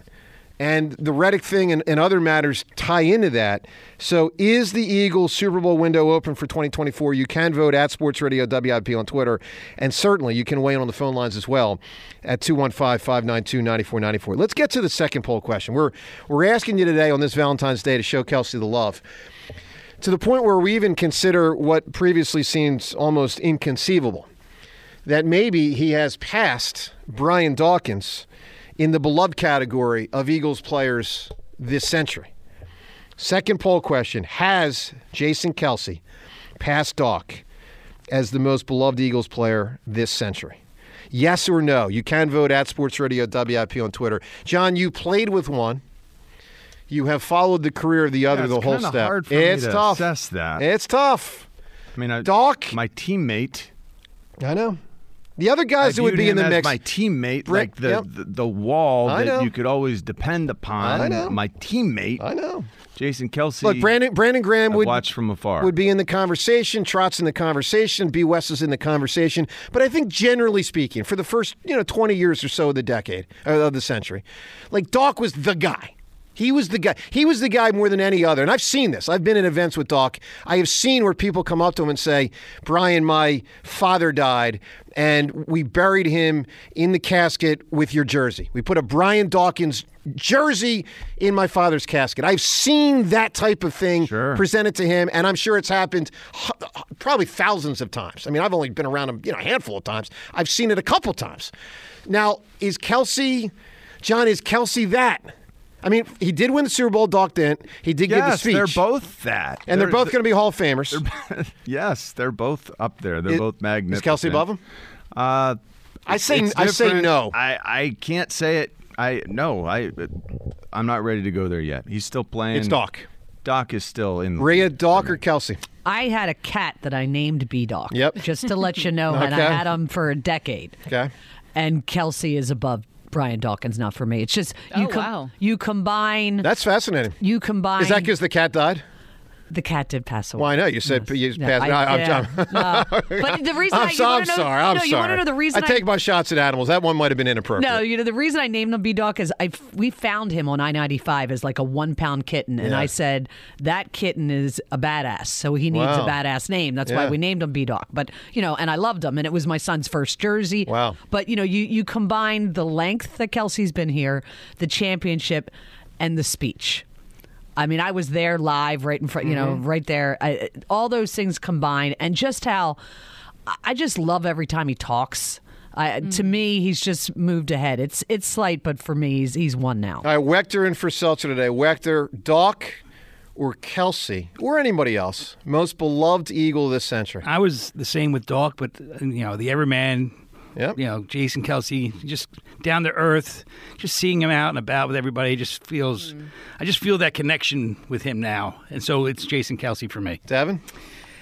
And the Reddick thing and, and other matters tie into that. So, is the Eagles Super Bowl window open for 2024? You can vote at Sports Radio WIP on Twitter. And certainly you can weigh in on the phone lines as well at 215 592 9494. Let's get to the second poll question. We're, we're asking you today on this Valentine's Day to show Kelsey the love to the point where we even consider what previously seems almost inconceivable that maybe he has passed Brian Dawkins in the beloved category of Eagles players this century. Second poll question Has Jason Kelsey passed Doc as the most beloved Eagles player this century? Yes or no? You can vote at Sports Radio WIP on Twitter. John, you played with one. You have followed the career of the other
Yeah,
the
it's
whole
kinda
step.
hard for me
it's
to
tough.
assess that.
It's tough.
I mean, I,
Doc.
My teammate.
I know. The other guys
I
who would
viewed
be in
him
the
as
mix.
My teammate,
Brick,
like the,
yep.
the the wall
I
that
know.
you could always depend upon.
I know.
My teammate. I
know.
Jason Kelsey.
Look, Brandon Brandon Graham
I
would
watched from afar.
would be in the conversation. Trot's in the conversation. B West is in the conversation. But I think generally speaking, for the first you know twenty years or so of the decade uh, of the century, like Doc was the guy. He was the guy. He was the guy more than any other. And I've seen this. I've been in events with Doc. I have seen where people come up to him and say, "Brian, my father died, and we buried him in the casket with your jersey. We put a Brian Dawkins jersey in my father's casket." I've seen that type of thing presented to him, and I'm sure it's happened hu- probably thousands of times. I mean, I've only been around him, you know, a handful of times. I've seen it a couple times. Now, is Kelsey, John, is Kelsey that? I mean, he did win the Super Bowl, Doc didn't. He did give the
yes,
speech.
they're both that,
And they're, both going to be Hall of Famers.
(laughs) Yes, they're both up there. They're
Is-
both
is
magnificent.
Kelsey above him?
Uh,
I say-
it's
I say
different.
no.
I, I can't say it. I no. I I'm not ready to go there yet. He's still playing.
It's Doc.
Doc is still in. the
Rhea, Doc, or Kelsey?
I had a cat that I named B Dog.
Yep.
Just to let you know, and I
Okay.
had him for a decade.
Okay.
And Kelsey is above Brian Dawkins, not for me. It's just you.
Oh,
com-
wow.
You combine.
That's fascinating.
You combine.
Is that because the cat died?
the cat did pass away?
Well, I know. You said you
Yeah,
passed.
I-
no, I'm,
yeah. (laughs)
I'm,
No. But the reason
I'm,
I, you
so-
wanna
I'm
know-
sorry. I'm
no,
sorry.
you want to know the reason
I take my shots at animals. That one might have been inappropriate.
No, you know the reason I named him B Doc is I we found him on I ninety five as like a one pound kitten, and
Yeah.
I said that kitten is a badass, so he needs
Wow.
a badass name. That's
Yeah.
why we named him B Doc. But you know, and I loved him, and it was my son's first jersey. Wow. But you know, you you combine the length that Kelsey's been here, the championship, and the speech. I mean, I was there live, right in front, you know,
Mm-hmm.
Mhm.
right there. I, all those things combined, and just how I- I just love every time he talks. I,
Mm.
To me, he's just moved ahead. It's it's slight, but for me, he's he's one now.
All right, Wechter and for Seltzer today. Wechter, Doc, or Kelsey, or anybody else, most beloved Eagle this century.
I was the same with Doc, but uh, you know the Everman. You know Jason Kelsey, just down to earth. Just seeing him out and about with everybody just feels. I just feel that connection with him now, and so it's Jason Kelsey for me.
Devin,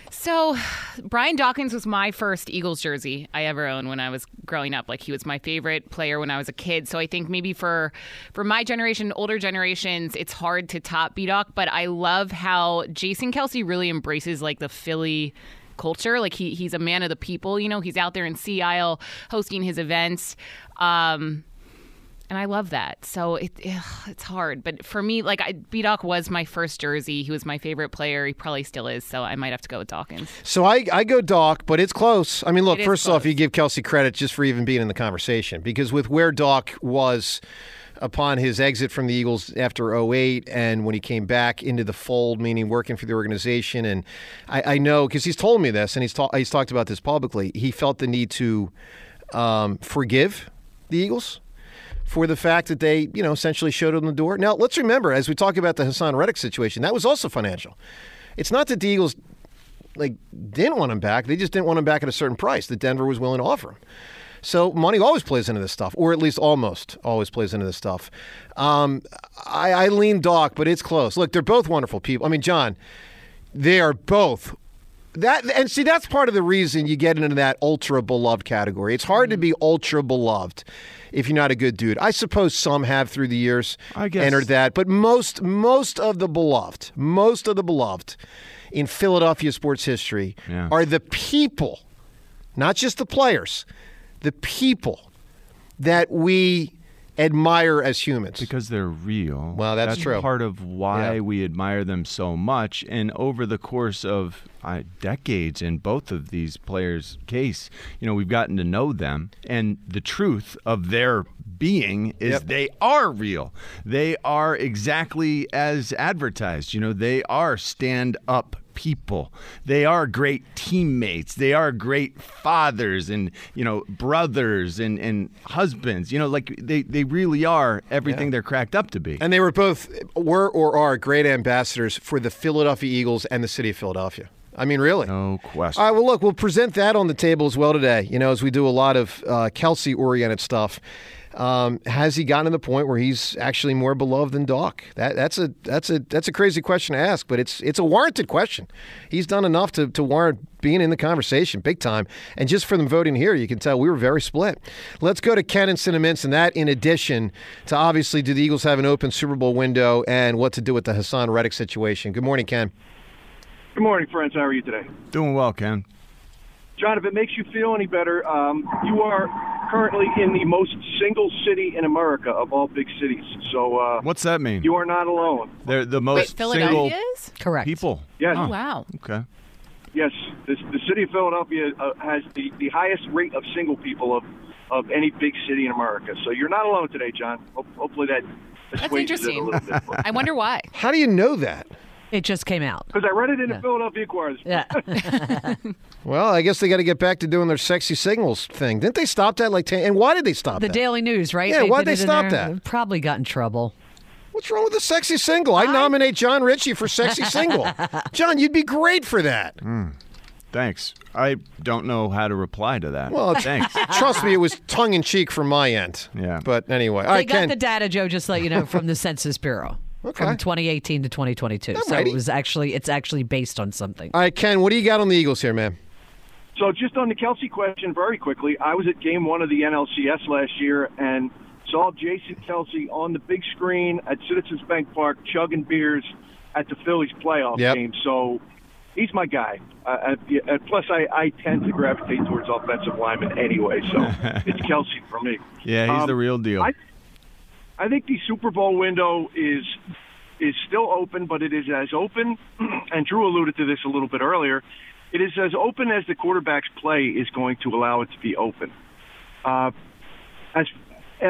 So, (sighs) Brian Dawkins was my first Eagles jersey I ever owned when I was growing up. Like he was my favorite player when I was a kid. So I think maybe for for my generation, older generations, it's hard to top B Doc. But I love how Jason Kelsey really embraces like the Philly culture. Like he he's a man of the people. You know, he's out there in Sea Isle hosting his events. Um, and I love that. So it ugh, it's hard, but for me, like I, B-Doc was my first jersey. He was my favorite player. He probably still is. So I might have to go with Dawkins.
So I, I go Doc, but it's close. I mean, look,
It is
first off, you give Kelsey credit just for even being in the conversation because with where Doc was upon his exit from the Eagles after 08 and when he came back into the fold, meaning working for the organization, and I, I know because he's told me this and he's, ta- he's talked about this publicly, he felt the need to um, forgive the Eagles for the fact that they, you know, essentially showed him the door. Now, let's remember, as we talk about the Hassan Reddick situation, that was also financial. It's not that the Eagles like didn't want him back; they just didn't want him back at a certain price that Denver was willing to offer him. So money always plays into this stuff, or at least almost always plays into this stuff. Um, I, I lean Doc, but it's close. Look, they're both wonderful people. I mean, John, they are both that and see that's part of the reason you get into that ultra beloved category. It's hard to
Mm-hmm.
be ultra beloved if you're not a good dude. I suppose some have through the years
I guess-
entered that, but most most of the beloved, most of the beloved in Philadelphia sports history are the people, not just the players, the people that we admire as humans.
Because they're real.
Well, that's, true.
part of why
Yeah.
we admire them so much. And over the course of uh, decades in both of these players' case, you know, we've gotten to know them. And the truth of their being is
Yep.
they are real. They are exactly as advertised. You know, they are stand up people. They are great teammates. They are great fathers and, you know, brothers and, and husbands. You know, like they, they really are everything they're cracked up to be.
And they were both were or are great ambassadors for the Philadelphia Eagles and the city of Philadelphia. I mean, really.
No question.
All right. Well, look, we'll present that on the table as well today. You know, as we do a lot of uh, Kelsey-oriented stuff. Um, has he gotten to the point where he's actually more beloved than Doc? That, that's a that's a that's a crazy question to ask, but it's it's a warranted question. He's done enough to, to warrant being in the conversation big time. And just from the voting here, you can tell we were very split. Let's go to Ken and Cinnamintz, and that in addition to obviously do the Eagles have an open Super Bowl window and what to do with the Hassan Reddick situation. Good morning, Ken.
Good morning, friends. How are you today?
Doing well, Ken.
John, if it makes you feel any better, um, you are currently in the most single city in America of all big cities. So uh,
What's that mean?
you are not alone.
They're the most single
is?
Correct.
people.
Yes.
Oh,
Huh.
wow.
Okay.
Yes. This, the city of Philadelphia uh, has the, the highest rate of single people of, of any big city in America. So you're not alone today, John. Ho- hopefully that
That's
assuages it a
interesting.
little bit.
I wonder why.
How do you know that?
It just came out.
Because I read it in the Philadelphia Inquirer.
Yeah.
Well, I guess they got to get back to doing their sexy signals thing. Didn't they stop that like 10? And why did they stop
The
that?
Daily News, right?
Yeah, why'd
did
they
it in
stop
there.
that?
Probably got in trouble.
What's wrong with the sexy single? I, nominate John Ritchie for sexy
(laughs)
single. John, you'd be great for that.
Mm. Thanks. I don't know how to reply to that.
Well, it's-
thanks.
Trust me, it was tongue in cheek from my end.
Yeah.
But anyway,
They
all right,
got
Ken.
the data, Joe, just to let you know,
(laughs)
from the Census Bureau. From 2018 to 2022, so
Alrighty.
it was actually it's actually based on something.
all right, Ken. What do you got on the Eagles here, man?
So just on the Kelsey question, very quickly, I was at Game One of the NLCS last year and saw Jason Kelsey on the big screen at Citizens Bank Park chugging beers at the Phillies playoff
Yep.
game. So he's my guy. Uh, and- and plus, I, I tend to gravitate towards offensive linemen anyway, so it's Kelsey for me.
(laughs) Yeah, he's
Um,
the real deal.
I, I think the Super Bowl window is is still open, but it is as open, (clears throat) and Drew alluded to this a little bit earlier. It is as open as the quarterback's play is going to allow it to be open. Uh, as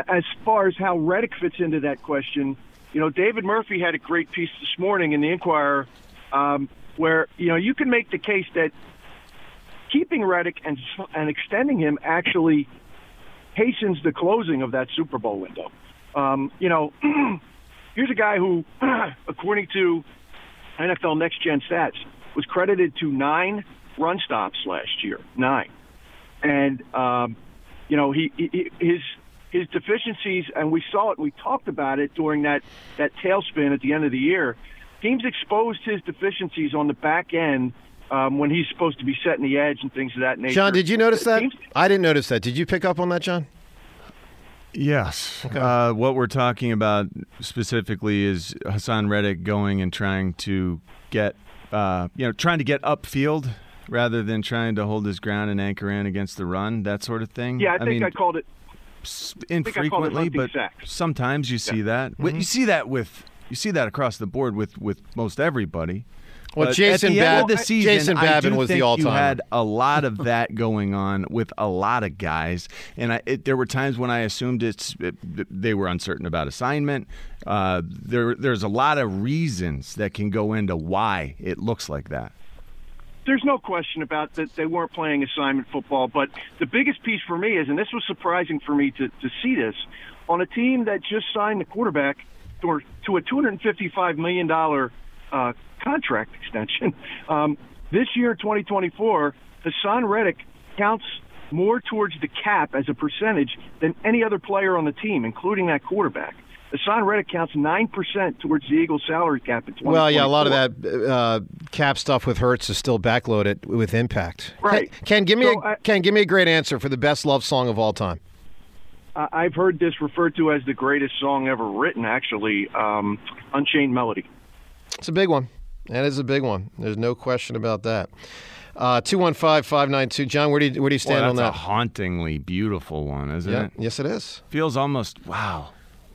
as far as how Reddick fits into that question, you know, David Murphy had a great piece this morning in the Inquirer um, where you know you can make the case that keeping Reddick and and extending him actually hastens the closing of that Super Bowl window. Um, you know, (clears throat) here's a guy who, (clears throat) according to NFL Next Gen Stats, was credited to nine run stops last year, nine, and um, you know he, he his his deficiencies, and we saw it. We talked about it during that that tailspin at the end of the year. Teams exposed his deficiencies on the back end um, when he's supposed to be setting the edge and things of that nature.
John, did you notice that?
Teams-
I didn't notice that. Did you pick up on that, John?
Yes. Uh, what we're talking about specifically is Hassan Reddick going and trying to get, uh, you know, trying to get upfield rather than trying to hold his ground and anchor in against the run, that sort of thing.
Yeah, I think I,
mean,
called it. I think I called it
infrequently,
hunting
but sometimes you see that.
Mm-hmm.
Well, You see that with you see that across the board with with most everybody.
Well,
But at
Jason
the end of
Bab-
the season,
Jason
I do
Babin was the
think you
all-timer.
had a
(laughs)
lot of that going on with a lot of guys, and I, it, there were times when I assumed it's it, they were uncertain about assignment. Uh, there, there's a lot of reasons that can go into why it looks like that.
there's no question about that they weren't playing assignment football. But the biggest piece for me is, and this was surprising for me to, to see this, on a team that just signed the quarterback to, to a $255 million uh, contract (laughs) extension, um, this year, 2024, Hassan Reddick counts more towards the cap as a percentage than any other player on the team, including that quarterback. Hassan Reddick counts 9% towards the Eagles' salary cap in 2024.
Well, yeah, a lot of that uh, cap stuff with Hertz is still backloaded with impact.
Right.
Ken, give me
So
a Ken, give me a great answer for the best love song of all time.
I- I've heard this referred to as the greatest song ever written, actually, um, Unchained Melody.
It's a big one. That is a big one. There's no question about that. Uh, Two one five five nine two. John, where do you, where do you stand
Boy,
on
that's
that?
a hauntingly beautiful one, isn't
Yeah.
it?
Yes, it is.
Feels almost wow,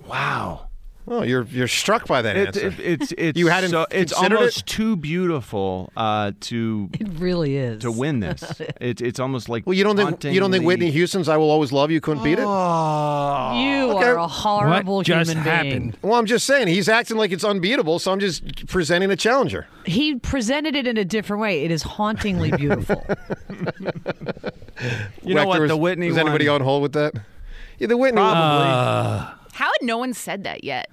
wow.
Oh, you're you're struck by that
It,
answer.
it, it's it's
you hadn't
so, it's
considered
almost
it.
too beautiful uh, (laughs) to
It really is.
to win this. (laughs) it, it's almost like
Well, you don't think you don't think Whitney Houston's "I Will Always Love You" couldn't beat it?
Oh.
You
Okay.
are a horrible human being.
Well, I'm just saying he's acting like it's unbeatable, so I'm just presenting a challenger.
He presented it in a different way. It
(laughs)
is hauntingly beautiful.
You know
Wechter,
what?
was-
The Whitney
was anybody
one-
on hold with that? Yeah, the Whitney.
Probably.
How had no one said that yet?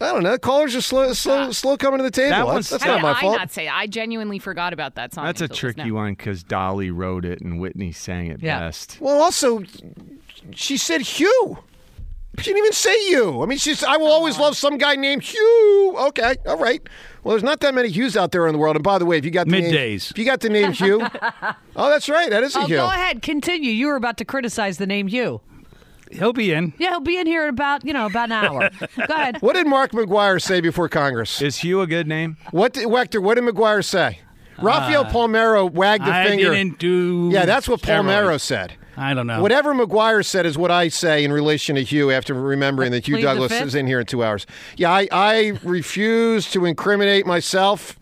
I don't know. Callers are slow,
Ah.
slow, slow coming to the table.
That
that's
one's-
that's
How
not
did
my
I
fault.
not say? That? I genuinely forgot about that song.
That's a
until just
tricky
now.
one because Dolly wrote it and Whitney sang it
Yeah.
best.
Well, also, she said Hugh. She didn't even say you. I mean, she's. I will always love some guy named Hugh. Okay, all right. Well, there's not that many Hughes out there in the world. And by the way, if you got the Name,
Middays.
if you got the name
(laughs)
Hugh, oh, that's right. That is a
oh,
Hugh.
go ahead, continue. You were about to criticize the name you.
He'll be in.
Yeah, he'll be in here in about you know about
(laughs)
an hour. go ahead.
What did Mark McGuire say before Congress?
Is Hugh a good name?
What did Wector? What did McGuire say? Rafael Palmero wagged a
Uh, I
finger.
didn't do.
yeah, that's what
steroids.
Palmero said.
I don't know.
Whatever McGuire said is what I say in relation to Hugh after remembering that Hugh
plead the
Douglas
fifth?
is in here in two hours. Yeah, I, I refuse to incriminate myself.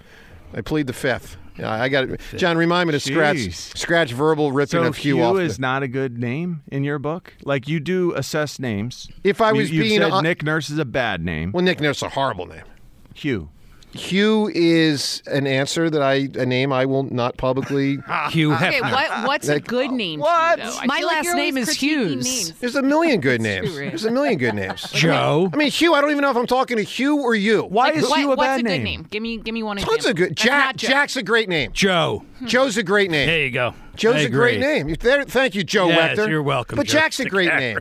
I plead the fifth. Yeah, I got it. John, remind me to scratch,
Jeez.
scratch verbal ripping
So
of Hugh,
Hugh
off. the-
is not a good name in your book. Like you do assess names.
If I
You-
was
you've
being
said
hon-
Nick Nurse is a bad name.
well, Nick Nurse is a horrible name.
Hugh.
Hugh is an answer that I a name I will not publicly.
(laughs) Hugh
Okay, what, what's a
That-
good name? to you,
What?
though? I
My
feel like
last
you're always
name is
critiquing
Hughes.
names.
There's a million good names.
true, Rick.
There's a million good names.
Joe.
I mean, Hugh. I don't even know if I'm talking to Hugh or you.
Why is
What-
Hugh a
what's
bad
a good
name?
name? Give me, give me one.
Tons
example.
of good.
That's
Jack.
not Joe.
Jack's a great name.
Joe.
Joe's a great name.
There you go. I
Joe's a
agree.
great name. You- there- thank you, Joe
Yes,
Wechter.
you're welcome,
But
Joe.
Jack's a great name.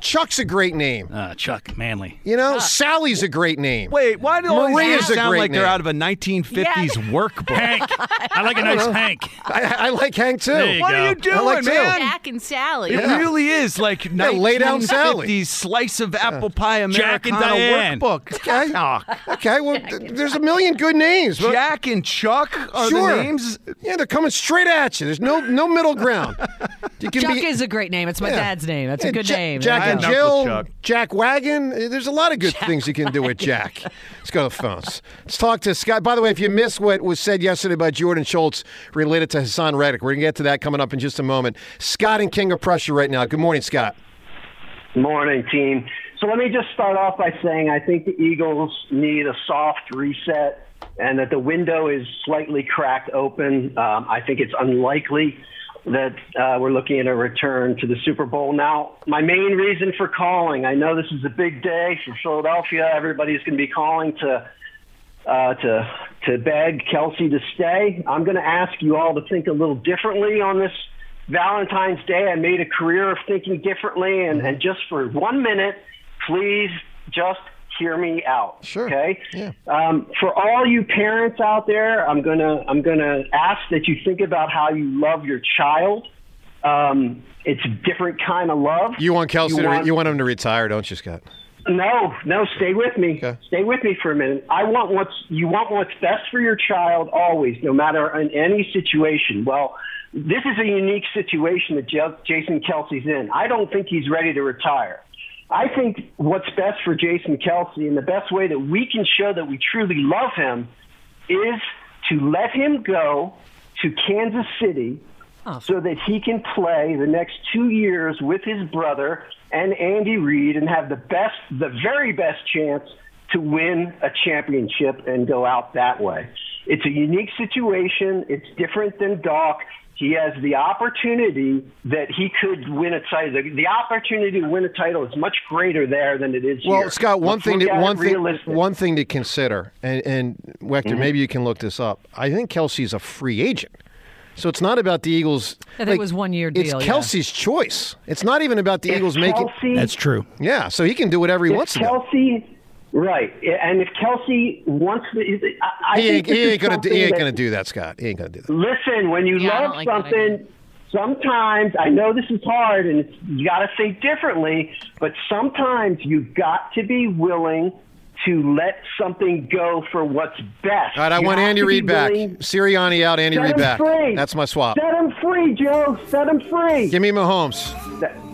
Chuck's a great name.
Uh, Chuck Manley.
You know, Sally's a great name.
Wait, why do all these
Maria's
names
a
sound
great
like they're
name.
out of a 1950s (laughs) workbook?
Hank.
(laughs)
I like a nice Hank.
I, I like Hank too.
There you
What
go.
are you doing,
I like too.
man?
Jack and Sally.
It really is like
lay down Sally.
1950s slice of apple pie
Jack and
Americana
Diane.
workbook. (laughs)
Okay.
Oh.
Okay. Well, th- there's a million good names. but-
Jack and Chuck are
sure.
the names.
Yeah, they're coming straight at you. There's no no middle ground. You can
Chuck
be-
is a great name. It's my
Yeah.
dad's name. That's
Yeah,
a good
Ja-
name.
Jack
I
and
had
Jill,
Uncle Chuck.
Jack Wagon. Uh, There's a lot of good things you can do with Jack. Let's go to the phones. Let's talk to Scott. By the way, if you missed what was said yesterday by Jordan Schultz related to Hassan Reddick, we're going to get to that coming up in just a moment. Scott and King of Prussia right now. Good morning, Scott.
Morning, team. So let me just start off by saying I think the Eagles need a soft reset and that the window is slightly cracked open. Um, I think it's unlikely that uh, we're looking at a return to the Super Bowl. Now, my main reason for calling, I know this is a big day for Philadelphia. Everybody's going to be calling to uh, to to beg Kelsey to stay. I'm going to ask you all to think a little differently on this Valentine's Day. I made a career of thinking differently, and, and just for one minute, please just hear me out. Sure. Okay.
Yeah.
Um, for all you parents out there, I'm gonna I'm gonna ask that you think about how you love your child. Um, it's a different kind of love.
You want Kelsey?
You
to re-
want-
you want him to retire, don't you, Scott?
no, no, stay with me. Stay with me for a minute. I want what's you want what's best for your child always, no matter in any situation. Well, this is a unique situation that Ja- Jason Kelsey's in. I don't think he's ready to retire. I think what's best for Jason Kelsey and the best way that we can show that we truly love him is to let him go to Kansas City so that he can play the next two years with his brother and Andy Reid and have the best, the very best chance to win a championship and go out that way. It's a unique situation. It's different than Doc. He has the opportunity that he could win a title. The, the opportunity to win a title is much greater there than it is
Well,
here.
Scott, one
Let's
thing,
look
to,
at it
one thing,
realistic. Mm-hmm.
one thing to consider, and, and Wector, maybe you can look this up. I think Kelsey's a free agent, so it's not about the Eagles.
I think it was one-year deal,
It's
yeah.
Kelsey's choice. It's not even about the
If
Eagles making.
Kelsey-
That's true.
Yeah, so he can do whatever he
if
wants to. do.
Kelsey, right? And if Kelsey wants, the, I, I
He ain't,
think
he
this is
ain't gonna. do-
something
He ain't
that-
gonna do that, Scott. He ain't gonna do that.
Listen, when you
Yeah, I
love
don't like that idea.
something, sometimes I know this is hard, and it's, you got to think differently. But sometimes you've got to be willing to let something go for what's best.
All right, I
You
want
have
Andy
to be
Reid back.
willing-
Sirianni out, Andy
Set
Reid
him
back.
free.
That's my swap.
Set him free, Joe. Set him free.
Give me Mahomes.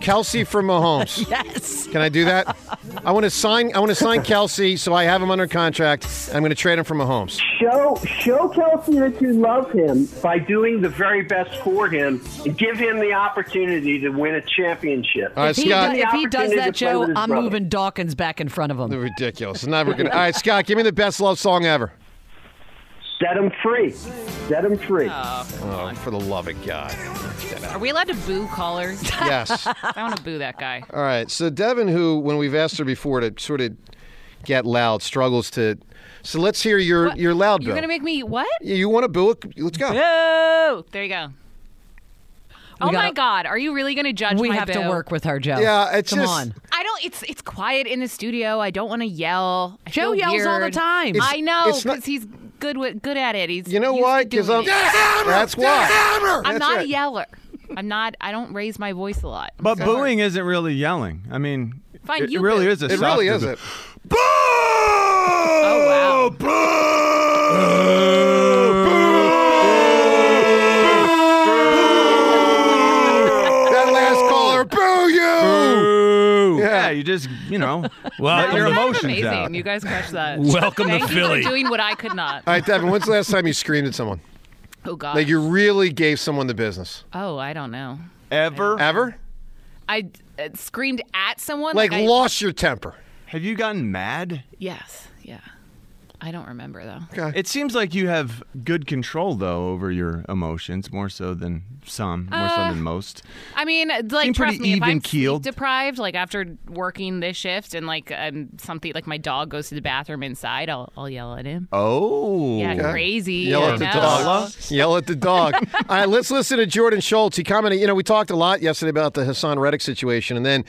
Kelsey for Mahomes.
(laughs) yes.
Can I do that? I want to sign. I want to
(laughs)
sign Kelsey, so I have him under contract. I'm going to trade him for Mahomes.
Show show Kelsey that you love him by doing the very best for him and give him the opportunity to win a championship.
if, he do- if he does that, Joe, I'm moving Dawkins back in front of him.
Ridiculous. Never gonna. All right, Scott, give me the best love song ever.
Set him free. Set him free.
Oh,
for the love of God.
Are we allowed to boo callers?
Yes.
(laughs) I want to boo that guy.
All right. So Devin, who when we've asked her before to sort of get loud, struggles to. So let's hear your your loud.
You're
bill.
going to make me what?
Yeah, you want to boo? it? Let's go.
Boo! There you go.
We
oh my
gotta-
God! Are you really going to judge?
we
my
have to
boo?
work with her, Joe.
Yeah, it's
Come
just-
on.
I don't. It's it's quiet in the studio. I don't want to yell. I
Joe
feel
yells all the
weird.
time. It's-
I know
it's not-
because he's good with good at it. He's
You know why? Because I'm. That's why.
I'm
That's
not
right.
a yeller. I'm not. I don't raise my voice a lot.
But booing isn't really yelling. I mean,
Fine,
it,
you
it really
boo.
is a.
It
soft
really
boo.
isn't.
Oh wow!
That last caller, boo you!
Yeah, you just you know let your
That was
emotions
amazing.
out.
You guys crushed
(laughs)
that.
Welcome to
Thank you for
Philly.
doing what I could not.
All right, Devin. When's the last time you screamed at someone?
Oh God.
Like you really gave someone the business?
(laughs) oh, I don't know.
Ever?
Ever?
I uh, screamed at someone.
Like
I-
lost your temper?
Have you gotten mad?
Yes. Yeah. I don't remember though.
It seems like you have good control though over your emotions, more so than some, more
Uh,
so than most.
I mean, like
Seem
trust
pretty
me, if I'm
even-keeled.
sleep deprived, like after working this shift, and like um, something like my dog goes to the bathroom inside, I'll, I'll yell at him.
Oh,
Yeah, crazy,
Yell
I
at the
know.
dog. Yell at the
(laughs)
dog. All right, let's listen to Jordan Schultz. He commented, you know, we talked a lot yesterday about the Hassan Reddick situation, and then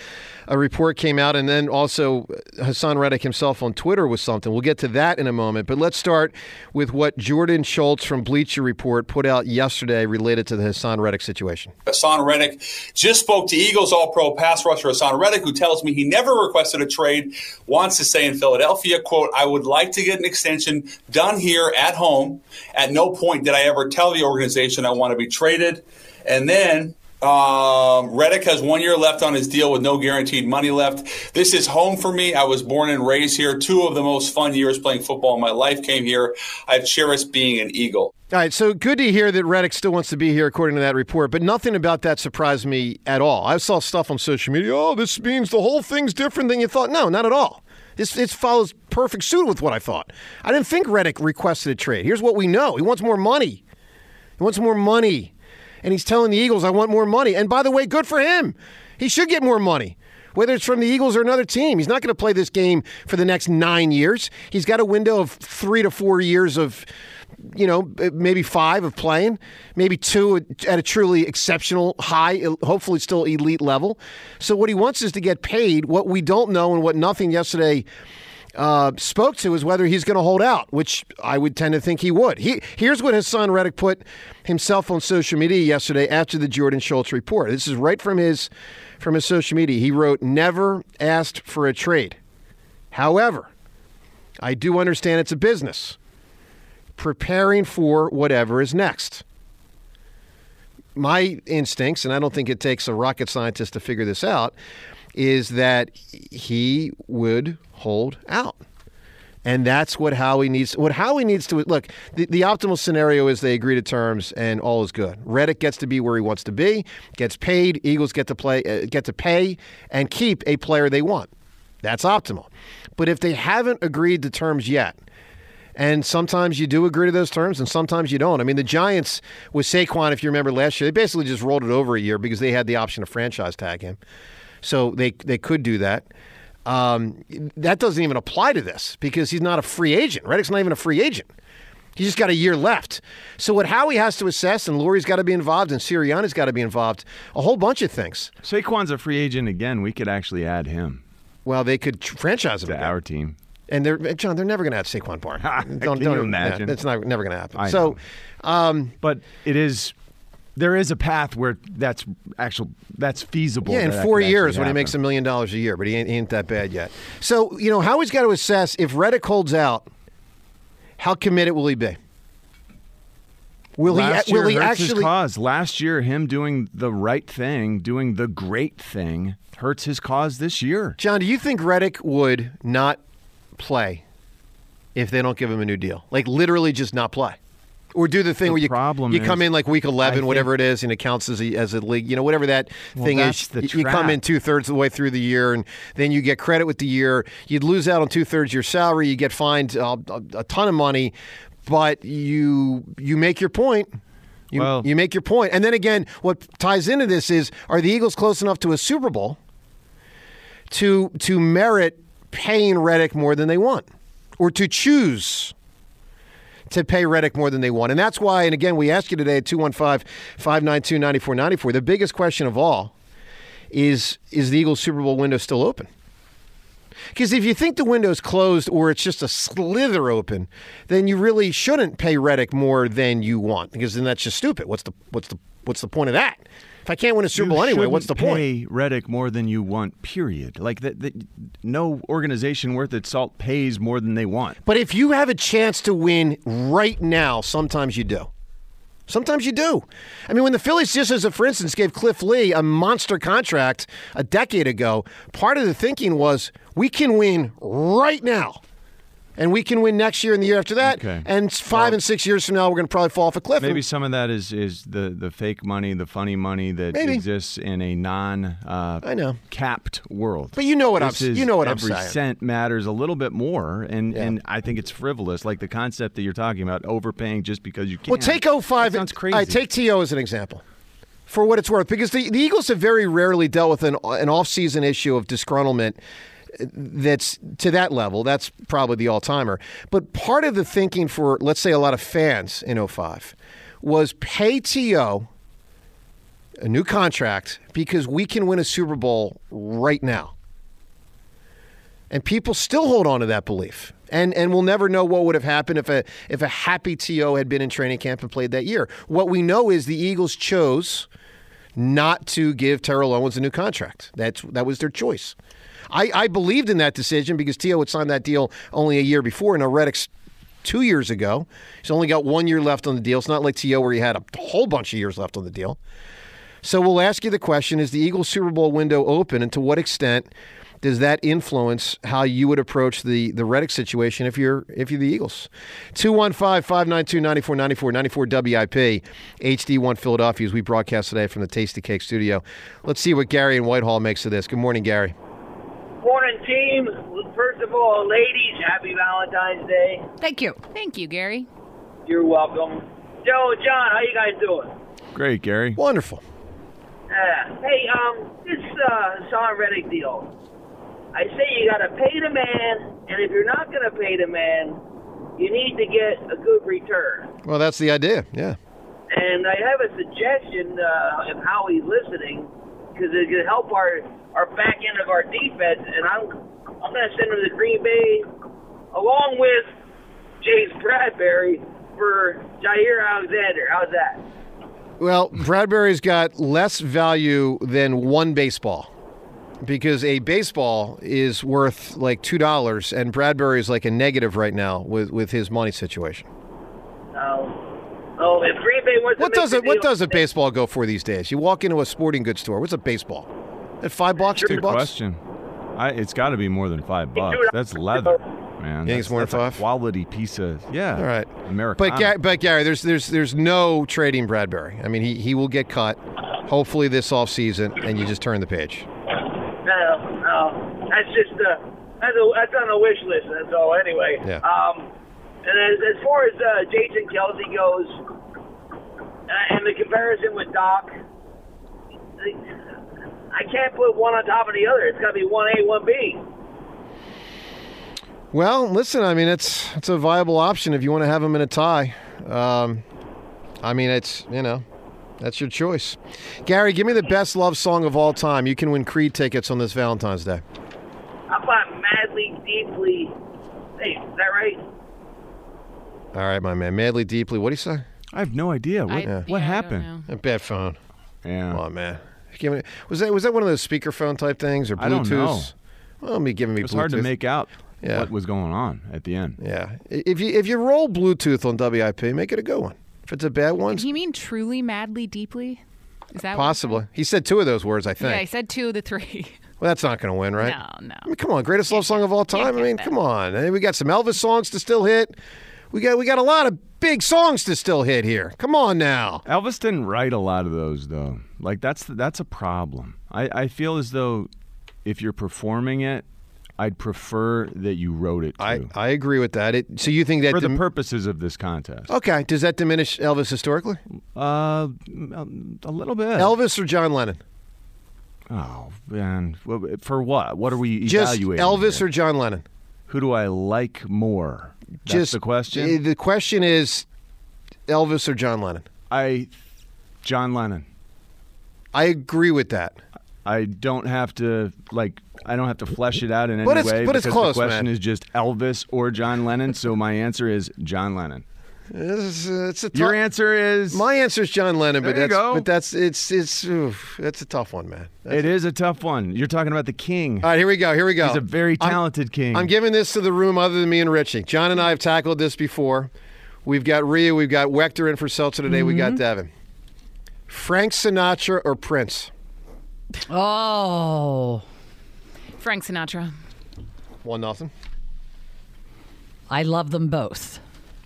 a report came out, and then also Hassan Reddick himself on Twitter was something. We'll get to that in a moment, but let's start with what Jordan Schultz from Bleacher Report put out yesterday related to the Hassan Reddick situation.
Hassan Reddick just spoke to Eagles All Pro pass rusher Hassan Reddick, who tells me he never requested a trade, wants to stay in Philadelphia. Quote, I would like to get an extension done here at home. At no point did I ever tell the organization I want to be traded. And then um, Reddick has one year left on his deal with no guaranteed money left. This is home for me. I was born and raised here. Two of the most fun years playing football in my life came here. I cherish being an Eagle.
All right, so good to hear that Reddick still wants to be here, according to that report. But nothing about that surprised me at all. I saw stuff on social media. Oh, this means the whole thing's different than you thought. No, not at all. This this follows perfect suit with what I thought. I didn't think Reddick requested a trade. Here's what we know: he wants more money. He wants more money, and he's telling the Eagles, "I want more money." And by the way, good for him. He should get more money. Whether it's from the Eagles or another team, he's not going to play this game for the next nine years. He's got a window of three to four years of you know, eh, maybe five of playing, maybe two at a truly exceptional, high, hopefully still elite level. So what he wants is to get paid. What we don't know and what nothing yesterday uh, spoke to is whether he's going to hold out, which I would tend to think he would. He, here's what his son Reddick put himself on social media yesterday after the Jordan Schultz report. This is right from his from his social media. He wrote, "Never asked for a trade. However, I do understand it's a business." preparing for whatever is next. My instincts, and I don't think it takes a rocket scientist to figure this out, is that he would hold out. And that's what Howie needs. What Howie needs to look. The, the optimal scenario is they agree to terms and all is good. Reddick gets to be where he wants to be, gets paid. Eagles get to play, uh, get to pay, and keep a player they want. That's optimal. But if they haven't agreed to terms yet, and sometimes you do agree to those terms, and sometimes you don't. I mean, the Giants with Saquon, if you remember last year, they basically just rolled it over a year because they had the option to franchise tag him, so they they could do that. Um, that doesn't even apply to this because he's not a free agent. Reddick's not even a free agent. He's just got a year left. So what Howie has to assess, and Laurie's got to be involved, and Sirianni's got to be involved, a whole bunch of things.
Saquon's a free agent again. We could actually add him.
Well, they could franchise him
to our team.
And they're Uh, John. They're never going to have Saquon
(laughs)
Barkley.
Can you imagine?
That's not never going to happen.
I
so,
um, but it is there is a path where that's actual that's feasible.
Yeah, in
that that
four
could actually
years when he
happen.
makes a million dollars a year, but he ain't, he ain't that bad yet. So you know, Howie's got to assess if Reddick holds out, how committed will he be? Will
Last
he? Will
year
he
hurts his
actually?
cause? Last year, him doing the right thing, doing the great thing, hurts his cause this year.
John, do you think Reddick would not play if they don't give him a new deal? Like literally, just not play. Or do the thing
The
where you
problem
you come
is,
in like week
I
eleven,
think-
whatever it is, and it counts as a, as a league, you know, whatever that
Well,
thing
that's
is.
the
you- you come
trap.
in two thirds of the way through the year, and then you get credit with the year. You'd lose out on two thirds of your salary. You get fined uh, a, a ton of money, but you you make your point. You, you make your point, and then again, what ties into this is: Are the Eagles close enough to a Super Bowl? to to merit paying Reddick more than they want, or to choose to pay Reddick more than they want. And that's why, and again, we asked you today at 215 592 9494. The biggest question of all is is the Eagles Super Bowl window still open? Because if you think the window's closed or it's just a slither open, then you really shouldn't pay Reddick more than you want. Because then that's just stupid. What's the what's the what's the point of that? If I can't win a Super Bowl
You
anyway, what's the
shouldn't
point?
Pay Reddick more than you want. Period. Like that, that, no organization worth its salt pays more than they want.
But if you have a chance to win right now, sometimes you do. Sometimes you do. I mean, when the Phillies, just as a for instance, gave Cliff Lee a monster contract a decade ago, part of the thinking was we can win right now. And we can win next year and the year after that.
Okay.
And five and six years from now, we're going to probably fall off a cliff. (laughs)
Maybe some of that is is the the fake money, the funny money that
Maybe.
exists in a non uh,
I know.
capped world.
But you know what I'm
This
s-
is
you know what I'm
every
saying.
cent matters a little bit more, and and I think it's frivolous, like the concept that you're talking about, overpaying just because you can.
Well, take 05. sounds crazy. I uh, take TO as an example for what it's worth because the, the Eagles have very rarely dealt with an, an offseason issue of disgruntlement that's to that level. That's probably the all timer. But part of the thinking for, let's say, a lot of fans in 05 was pay TO a new contract because we can win a Super Bowl right now. And people still hold on to that belief. And and we'll never know what would have happened if a if a happy TO had been in training camp and played that year. What we know is the Eagles chose not to give Terrell Owens a new contract. That's that was their choice. I, I believed in that decision because T.O. had signed that deal only a year before, and Reddick's two years ago. He's only got one year left on the deal. It's not like T.O. where he had a whole bunch of years left on the deal. So we'll ask you the question Is the Eagles Super Bowl window open, and to what extent does that influence how you would approach the, the Reddick situation if you're if you're the Eagles? 215 592 9494 94 WIP, HD1 Philadelphia, as we broadcast today from the Tasty Cake Studio. Let's see what Gary in Whitehall makes of this. Good morning, Gary.
Morning, team. First of all, ladies, happy Valentine's Day.
Thank you.
Thank you, Gary.
You're welcome. Joe, John, how you guys doing?
Great, Gary.
Wonderful.
Uh, hey, um, this uh, Sean Reddick deal. I say you gotta pay the man, and if you're not gonna pay the man, you need to get a good return.
Well, that's the idea. Yeah.
And I have a suggestion uh, of how he's listening, because it could help our our back end of our defense. And I'm I'm gonna send him to Green Bay, along with James Bradbury for Jair Alexander. How's that?
Well, Bradbury's got less value than one baseball because a baseball is worth like two dollars, and Bradbury's like a negative right now with with his money situation.
Oh, oh, if Green Bay wants
What
to make
does
the
a, what
deal-
does a baseball go for these days? You walk into a sporting goods store. What's a baseball? At five bucks, two
Good
bucks.
question. I, it's got to be more than five bucks. That's leather, man.
You think it's
That's-
more than
that's a Quality piece of yeah.
All right,
Americana.
But Ga- but Gary, there's there's there's no trading Bradbury. I mean, he he will get cut. Hopefully this offseason, and you just turn the page.
No, no, that's just uh, that's a, that's on the wish list. That's all. Anyway,
Yeah.
um, and as, as far as uh, Jason Kelsey goes, uh, and the comparison with Doc, I can't put one on top of the other. It's got to be one A, one B.
Well, listen, I mean, it's it's a viable option if you want to have him in a tie. Um, I mean, it's you know, that's your choice. Gary, give me the best love song of all time. You can win Creed tickets on this Valentine's Day.
How about madly, deeply? Hey, is that right?
All right, my man. Madly, deeply. What do you say?
I have no idea. What,
yeah.
what happened?
A bad phone.
Yeah.
Come on, man. Give me- Was that was that one of those speakerphone type things or Bluetooth?
I don't know.
Well, me giving me.
It was hard to
Bluetooth.
make out
Yeah.
what was going on at the end.
Yeah. I- If you if you roll Bluetooth on WIP, make it a good one. If it's a bad one,
Did he mean truly, madly, deeply? Is that what-
possibly. He said two of those words, I think.
Yeah, I said two of the three.
Well, that's not going to win, right?
(laughs) No, no.
I mean, come on, greatest love song of all time. I mean, come on. I mean, we got some Elvis songs to still hit. We got we got a lot of big songs to still hit here. Come on now.
Elvis didn't write a lot of those though. Like that's that's a problem. I, I feel as though if you're performing it, I'd prefer that you wrote it. Too. I
I agree with that. It, so you think that
for the
dim-
purposes of this contest,
Okay, does that diminish Elvis historically?
Uh, a little bit.
Elvis or John Lennon?
Oh man, Well, for what? What are we
Just
evaluating?
Elvis
here?
or John Lennon?
Who do I like more? That's
Just
the question.
eh, The question is Elvis or John Lennon?
I John Lennon.
I agree with that.
I don't have to like I don't have to flesh it out in any
But it's-
way
but it's
because
close,
the question
man.
is just Elvis or John Lennon, so my answer is John Lennon.
It's, uh, it's a
Your
tou-
answer is
my answer is John Lennon, but
There you
that's
go.
but that's it's it's oof, that's a tough one, man. That's-
It is a tough one. You're talking about the king.
All right, here we go. Here we go.
He's a very
I'm-
talented king.
I'm giving this to the room other than me and Richie. John and I have tackled this before. We've got Rhea, we've got Wechter in for Seltzer today, we got Devin. Frank Sinatra or Prince?
Oh,
Frank Sinatra.
One nothing.
I love them both.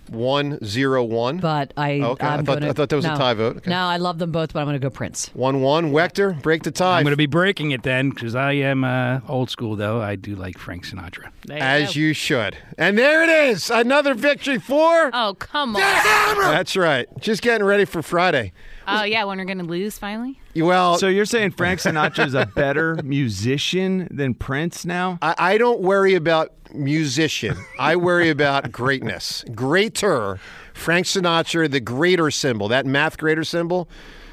One zero one.
But I,
Oh, Okay, I
I'm
thought-
gonna-
I thought that was a
no.
tie vote. Okay.
No, I love them both, but I'm going to go Prince.
One one. Wechter, break the tie.
I'm going to be breaking it then because I am uh, old school, though. I do like Frank Sinatra.
As you should. And there it is. Another victory for
Oh, come on.
That's right. Just getting ready for Friday.
Oh, yeah, when we're going to lose finally?
You- Well,
so you're saying Frank Sinatra is a better musician than Prince now?
I, I don't worry about musician. I worry about greatness. Greater. Frank Sinatra, the greater symbol, that math greater symbol,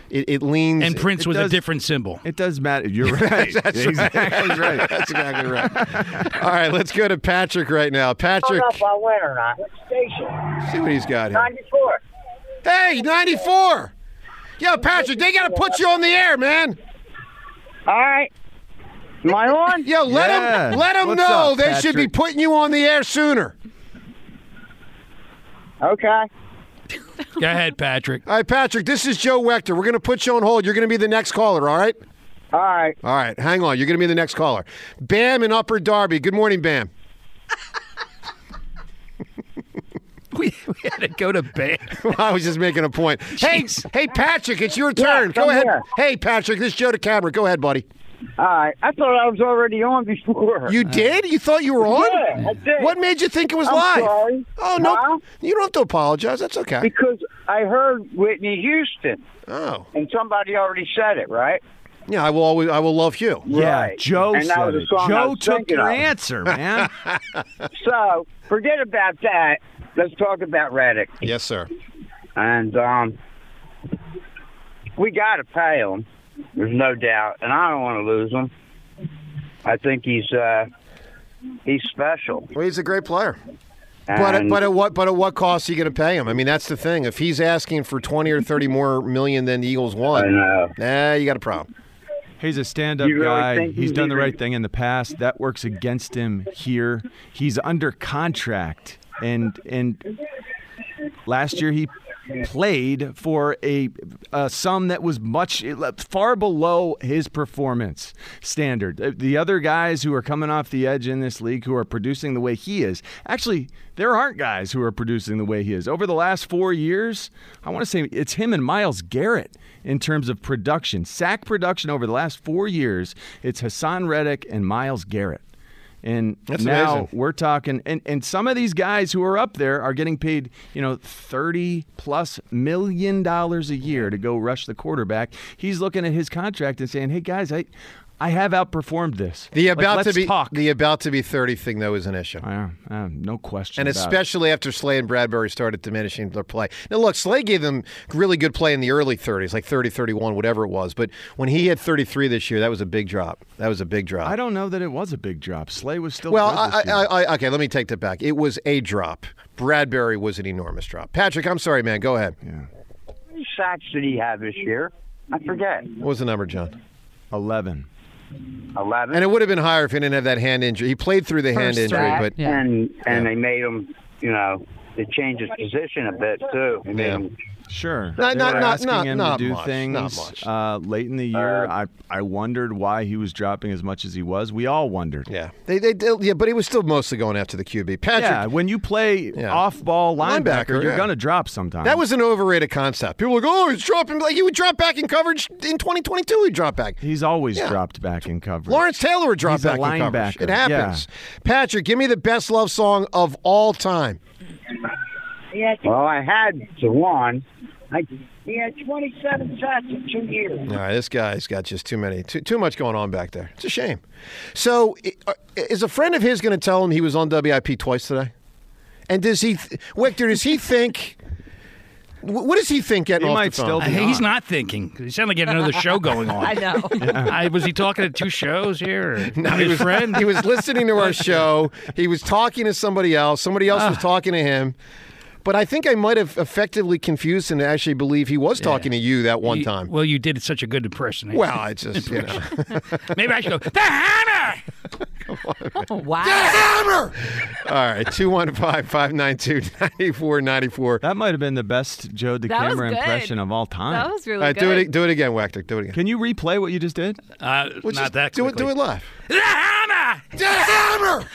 it, it leans.
And Prince
it
was
does-
a different symbol.
It does
(laughs)
matter. You're right.
That's
exactly
right. That's exactly right. All right, let's go to Patrick right now. Patrick,
Oh,
I don't know if I win or not. Which station?
see what he's got here.
94.
Hey, 94. Yo, Patrick, they got to put you on the air, man.
All right. Am I on?
Yo, let
Yeah.
them let them
What's
know
up,
they should be
Patrick?
putting you on the air sooner.
Okay.
(laughs) Go ahead, Patrick.
All right, Patrick, this is Joe Wechter. We're going to put you on hold. You're going to be the next caller, all right?
All right.
All right, hang on. You're going to be the next caller. Bam in Upper Darby. Good morning, Bam.
(laughs) we, we had to go
(laughs)
to bed.
I was just making a point. Hey, hey, Patrick, it's your turn. go
come
ahead.
here.
Hey, Patrick, this is Joe to camera. Go ahead, buddy.
All right. I thought I was already on before.
You did? You thought you were on?
Yeah, I did.
What made you think it was
I'm
live?
sorry.
Oh no,
Huh?
you don't have to apologize. That's okay.
Because I heard Whitney Houston.
Oh.
And somebody already said it, right?
yeah, I will always. I will love you.
Yeah,
Right.
Joe
And that
said
was the
it.
song I
Joe
was
took
thinking
your
of.
(laughs)
answer, man.
(laughs) So forget about that. Let's talk about Reddick.
Yes, sir.
And um, we got to pay him. There's no doubt, and I don't want to lose him. I think he's uh, he's special.
Well, he's a great player. But at,
And
but at what but at what cost are you going to pay him? I mean, that's the thing. If he's asking for twenty or thirty more million than the Eagles want, nah, you got a problem.
He's a stand-up
You really
guy.
think
He's
he's
done the
even-
right thing in the past. That works against him here. He's under contract, and and last year he played for a, a sum that was much far below his performance standard. Uh, The- The other guys who are coming off the edge in this league who are producing the way he is, actually, there aren't guys who are producing the way he is. Over the last four years, I want to say it's him and Miles Garrett in terms of production. Sack production over the last four years, it's Hassan Reddick and Miles Garrett. And
That's
now
amazing.
we're talking, and, and some of these guys who are up there are getting paid, you know, 30 plus million dollars a year to go rush the quarterback. He's looking at his contract and saying, hey, guys, I, I have outperformed this.
The
Like,
about
let's
to be
talk.
the about to be thirty thing though is an issue.
Uh, no question.
And
about it.
especially after Slay and Bradbury started diminishing their play. Now, look, Slay gave them really good play in the early 30s, like 30, 31, whatever it was. But when he had 33 this year, that was a big drop. That was a big drop.
I don't know that it was a big drop. Slay was still
well,
good this
I,
year.
I, I, I- okay, let me take that back. It was a drop. Bradbury was an enormous drop. Patrick, I'm sorry, man. Go ahead.
Yeah.
many sacks did he have this year? I forget.
What was the number, John?
11.
11.
And it would have been higher if he didn't have that hand injury. He played through the hand injury, but
and and they made him, you know, they changed his position a bit too. They made him-
Sure.
Not-
they
not-
were
not-
asking
not-
him
not
to do
much,
things
not much.
Uh, late in the year. I I wondered why he was dropping as much as he was. We all wondered.
Yeah. They, they, they- yeah, but he was still mostly going after the QB. Patrick,
yeah, when you play off-ball linebacker,
Linebacker,
you're
yeah.
going to drop sometimes.
that was an overrated concept. People were like, oh, he's dropping. Like, he would drop back in coverage in 2022. He dropped back.
He's always
Yeah.
dropped back in coverage.
Lawrence Taylor would drop
He's a
back in coverage.
linebacker,
It happens. Patrick, give me the best love song of all time.
Yeah,
Well, I had the one. I,
he had 27 sacks in two years.
All right, this guy's got just too many, too, too much going on back there. It's a shame. So, i- uh, is a friend of his going to tell him he was on WIP twice today? And does he, th- Victor? Does he think? wh- What does he think getting
He
off
might
the phone?
still be He's on. not thinking. It sounded like he had another show going on. (laughs) I know. I, was he talking at two shows here? Or
(laughs) No, he was
friend.
He was listening to
(laughs)
our show. He was talking to somebody else. Somebody else
Ah.
was talking to him. But I think I might have effectively confused him to actually believe he was talking to you that one
You-
time.
Well, you did such a good impersonation.
Well, I just, you know.
(laughs) Maybe I should go, the hammer!
wow.
hammer! All right, 215 592 9494.
That might have been the best Joe
DeCamera
That was DeCamera good. impression of all time. That was really
all right, Do
good.
it, do it again, Wachter. Do it again.
Can you replay what you just did?
Uh,
Well, just do it, do it live.
The hammer! The hammer!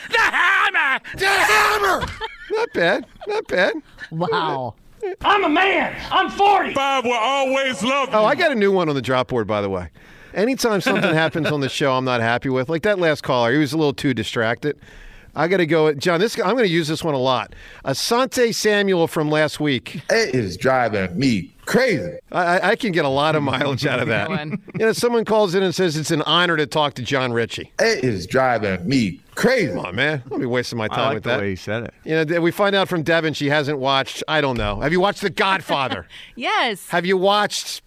The hammer!
Not bad. Not bad.
Wow.
I'm a man. I'm 40.
Bob will always love Oh, I got a new one on the drop board, by the way. Anytime something happens on the show I'm not happy with, like that last caller, he was a little too distracted. I got to go. with- John, this I'm going to use this one a lot. Asante Samuel from last week. It is driving me crazy. I, I- I can get a lot of mileage out of that.
(laughs)
Good one.
you know, someone calls in and says it's an honor to talk to John Ritchie. It is driving me crazy. Come on, man. I'll be wasting my time
I like
with
the
that.
way he said it.
You know, th- we find out from Devin she hasn't watched, I don't know. Have you watched The Godfather?
(laughs) Yes.
Have you watched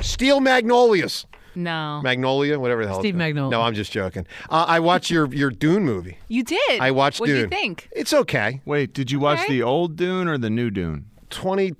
Steel Magnolias?
No.
Magnolia, whatever the hell. it's
Steve
called.
Magnolia.
No, I'm just joking. Uh, I watched your, your Dune movie.
You did.
I watched
What
Dune.
do you think?
It's okay.
Wait, did you watch
Okay.
the old Dune or the new Dune?
20,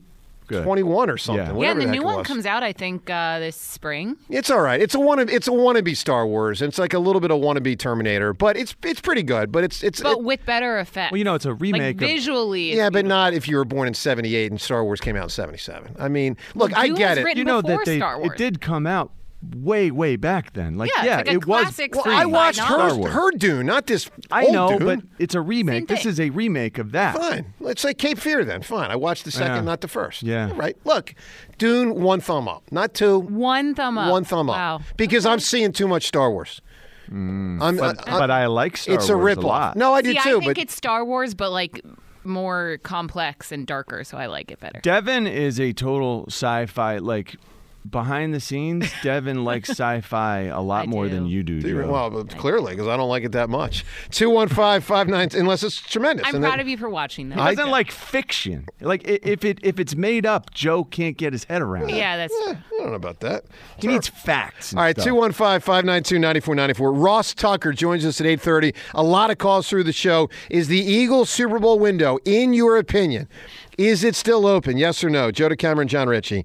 Good.
21 or something.
Yeah.
Yeah,
whatever
and the
heck
new
it
one
was.
comes out, I think, uh, this spring.
It's all right. It's a wanna, It's a wannabe Star Wars. It's like a little bit of wannabe Terminator, but it's it's pretty good. But it's it's.
But
it-
with better effect.
it's a
remake of- visually, it's
yeah, but not if you were born in '78 and Star Wars came out in '77. I mean, look, I
Dune
get
was
it.
written You know that before they- Star
It did come out way, way back then. Like,
Yeah, it's
yeah,
like a
it was.
classic
pre-
Well, I watched
Star
her,
Wars.
her Dune, not this.
I
old
know,
Dune.
but it's a remake. This is a remake of that.
Fine. Let's say Cape Fear then. Fine. I watched the second,
Yeah.
not the first.
Yeah.
All Right. Look, Dune, one thumb up, not two.
One thumb up.
One thumb up.
Wow.
Because I'm seeing too much Star Wars. I'm,
but- Mm. but I like Star
it's a
Wars a
ripoff.
lot.
No, I did
See,
too.
I think
but
it's Star Wars, but like more complex and darker, so I like it better.
Devin is a total sci-fi like behind the (laughs) scenes. Devin likes sci-fi a lot more than you do.
Do you-
Joe.
well, but clearly, because I don't like it that much. Two one five five nine. Unless it's tremendous.
I'm
and
proud
then-
of you for watching
he
that.
doesn't like fiction. Like i- if it if it's made up, Joe can't get his head around. it.
Yeah, that's true.
I don't know about that.
He needs facts. and
All right,
stuff.
215 592 9494. Ross Tucker joins us at 8.30. A lot of calls through the show. Is the Eagles Super Bowl window, in your opinion, is it still open? Yes or no? Joe DeCameron, John Ritchie.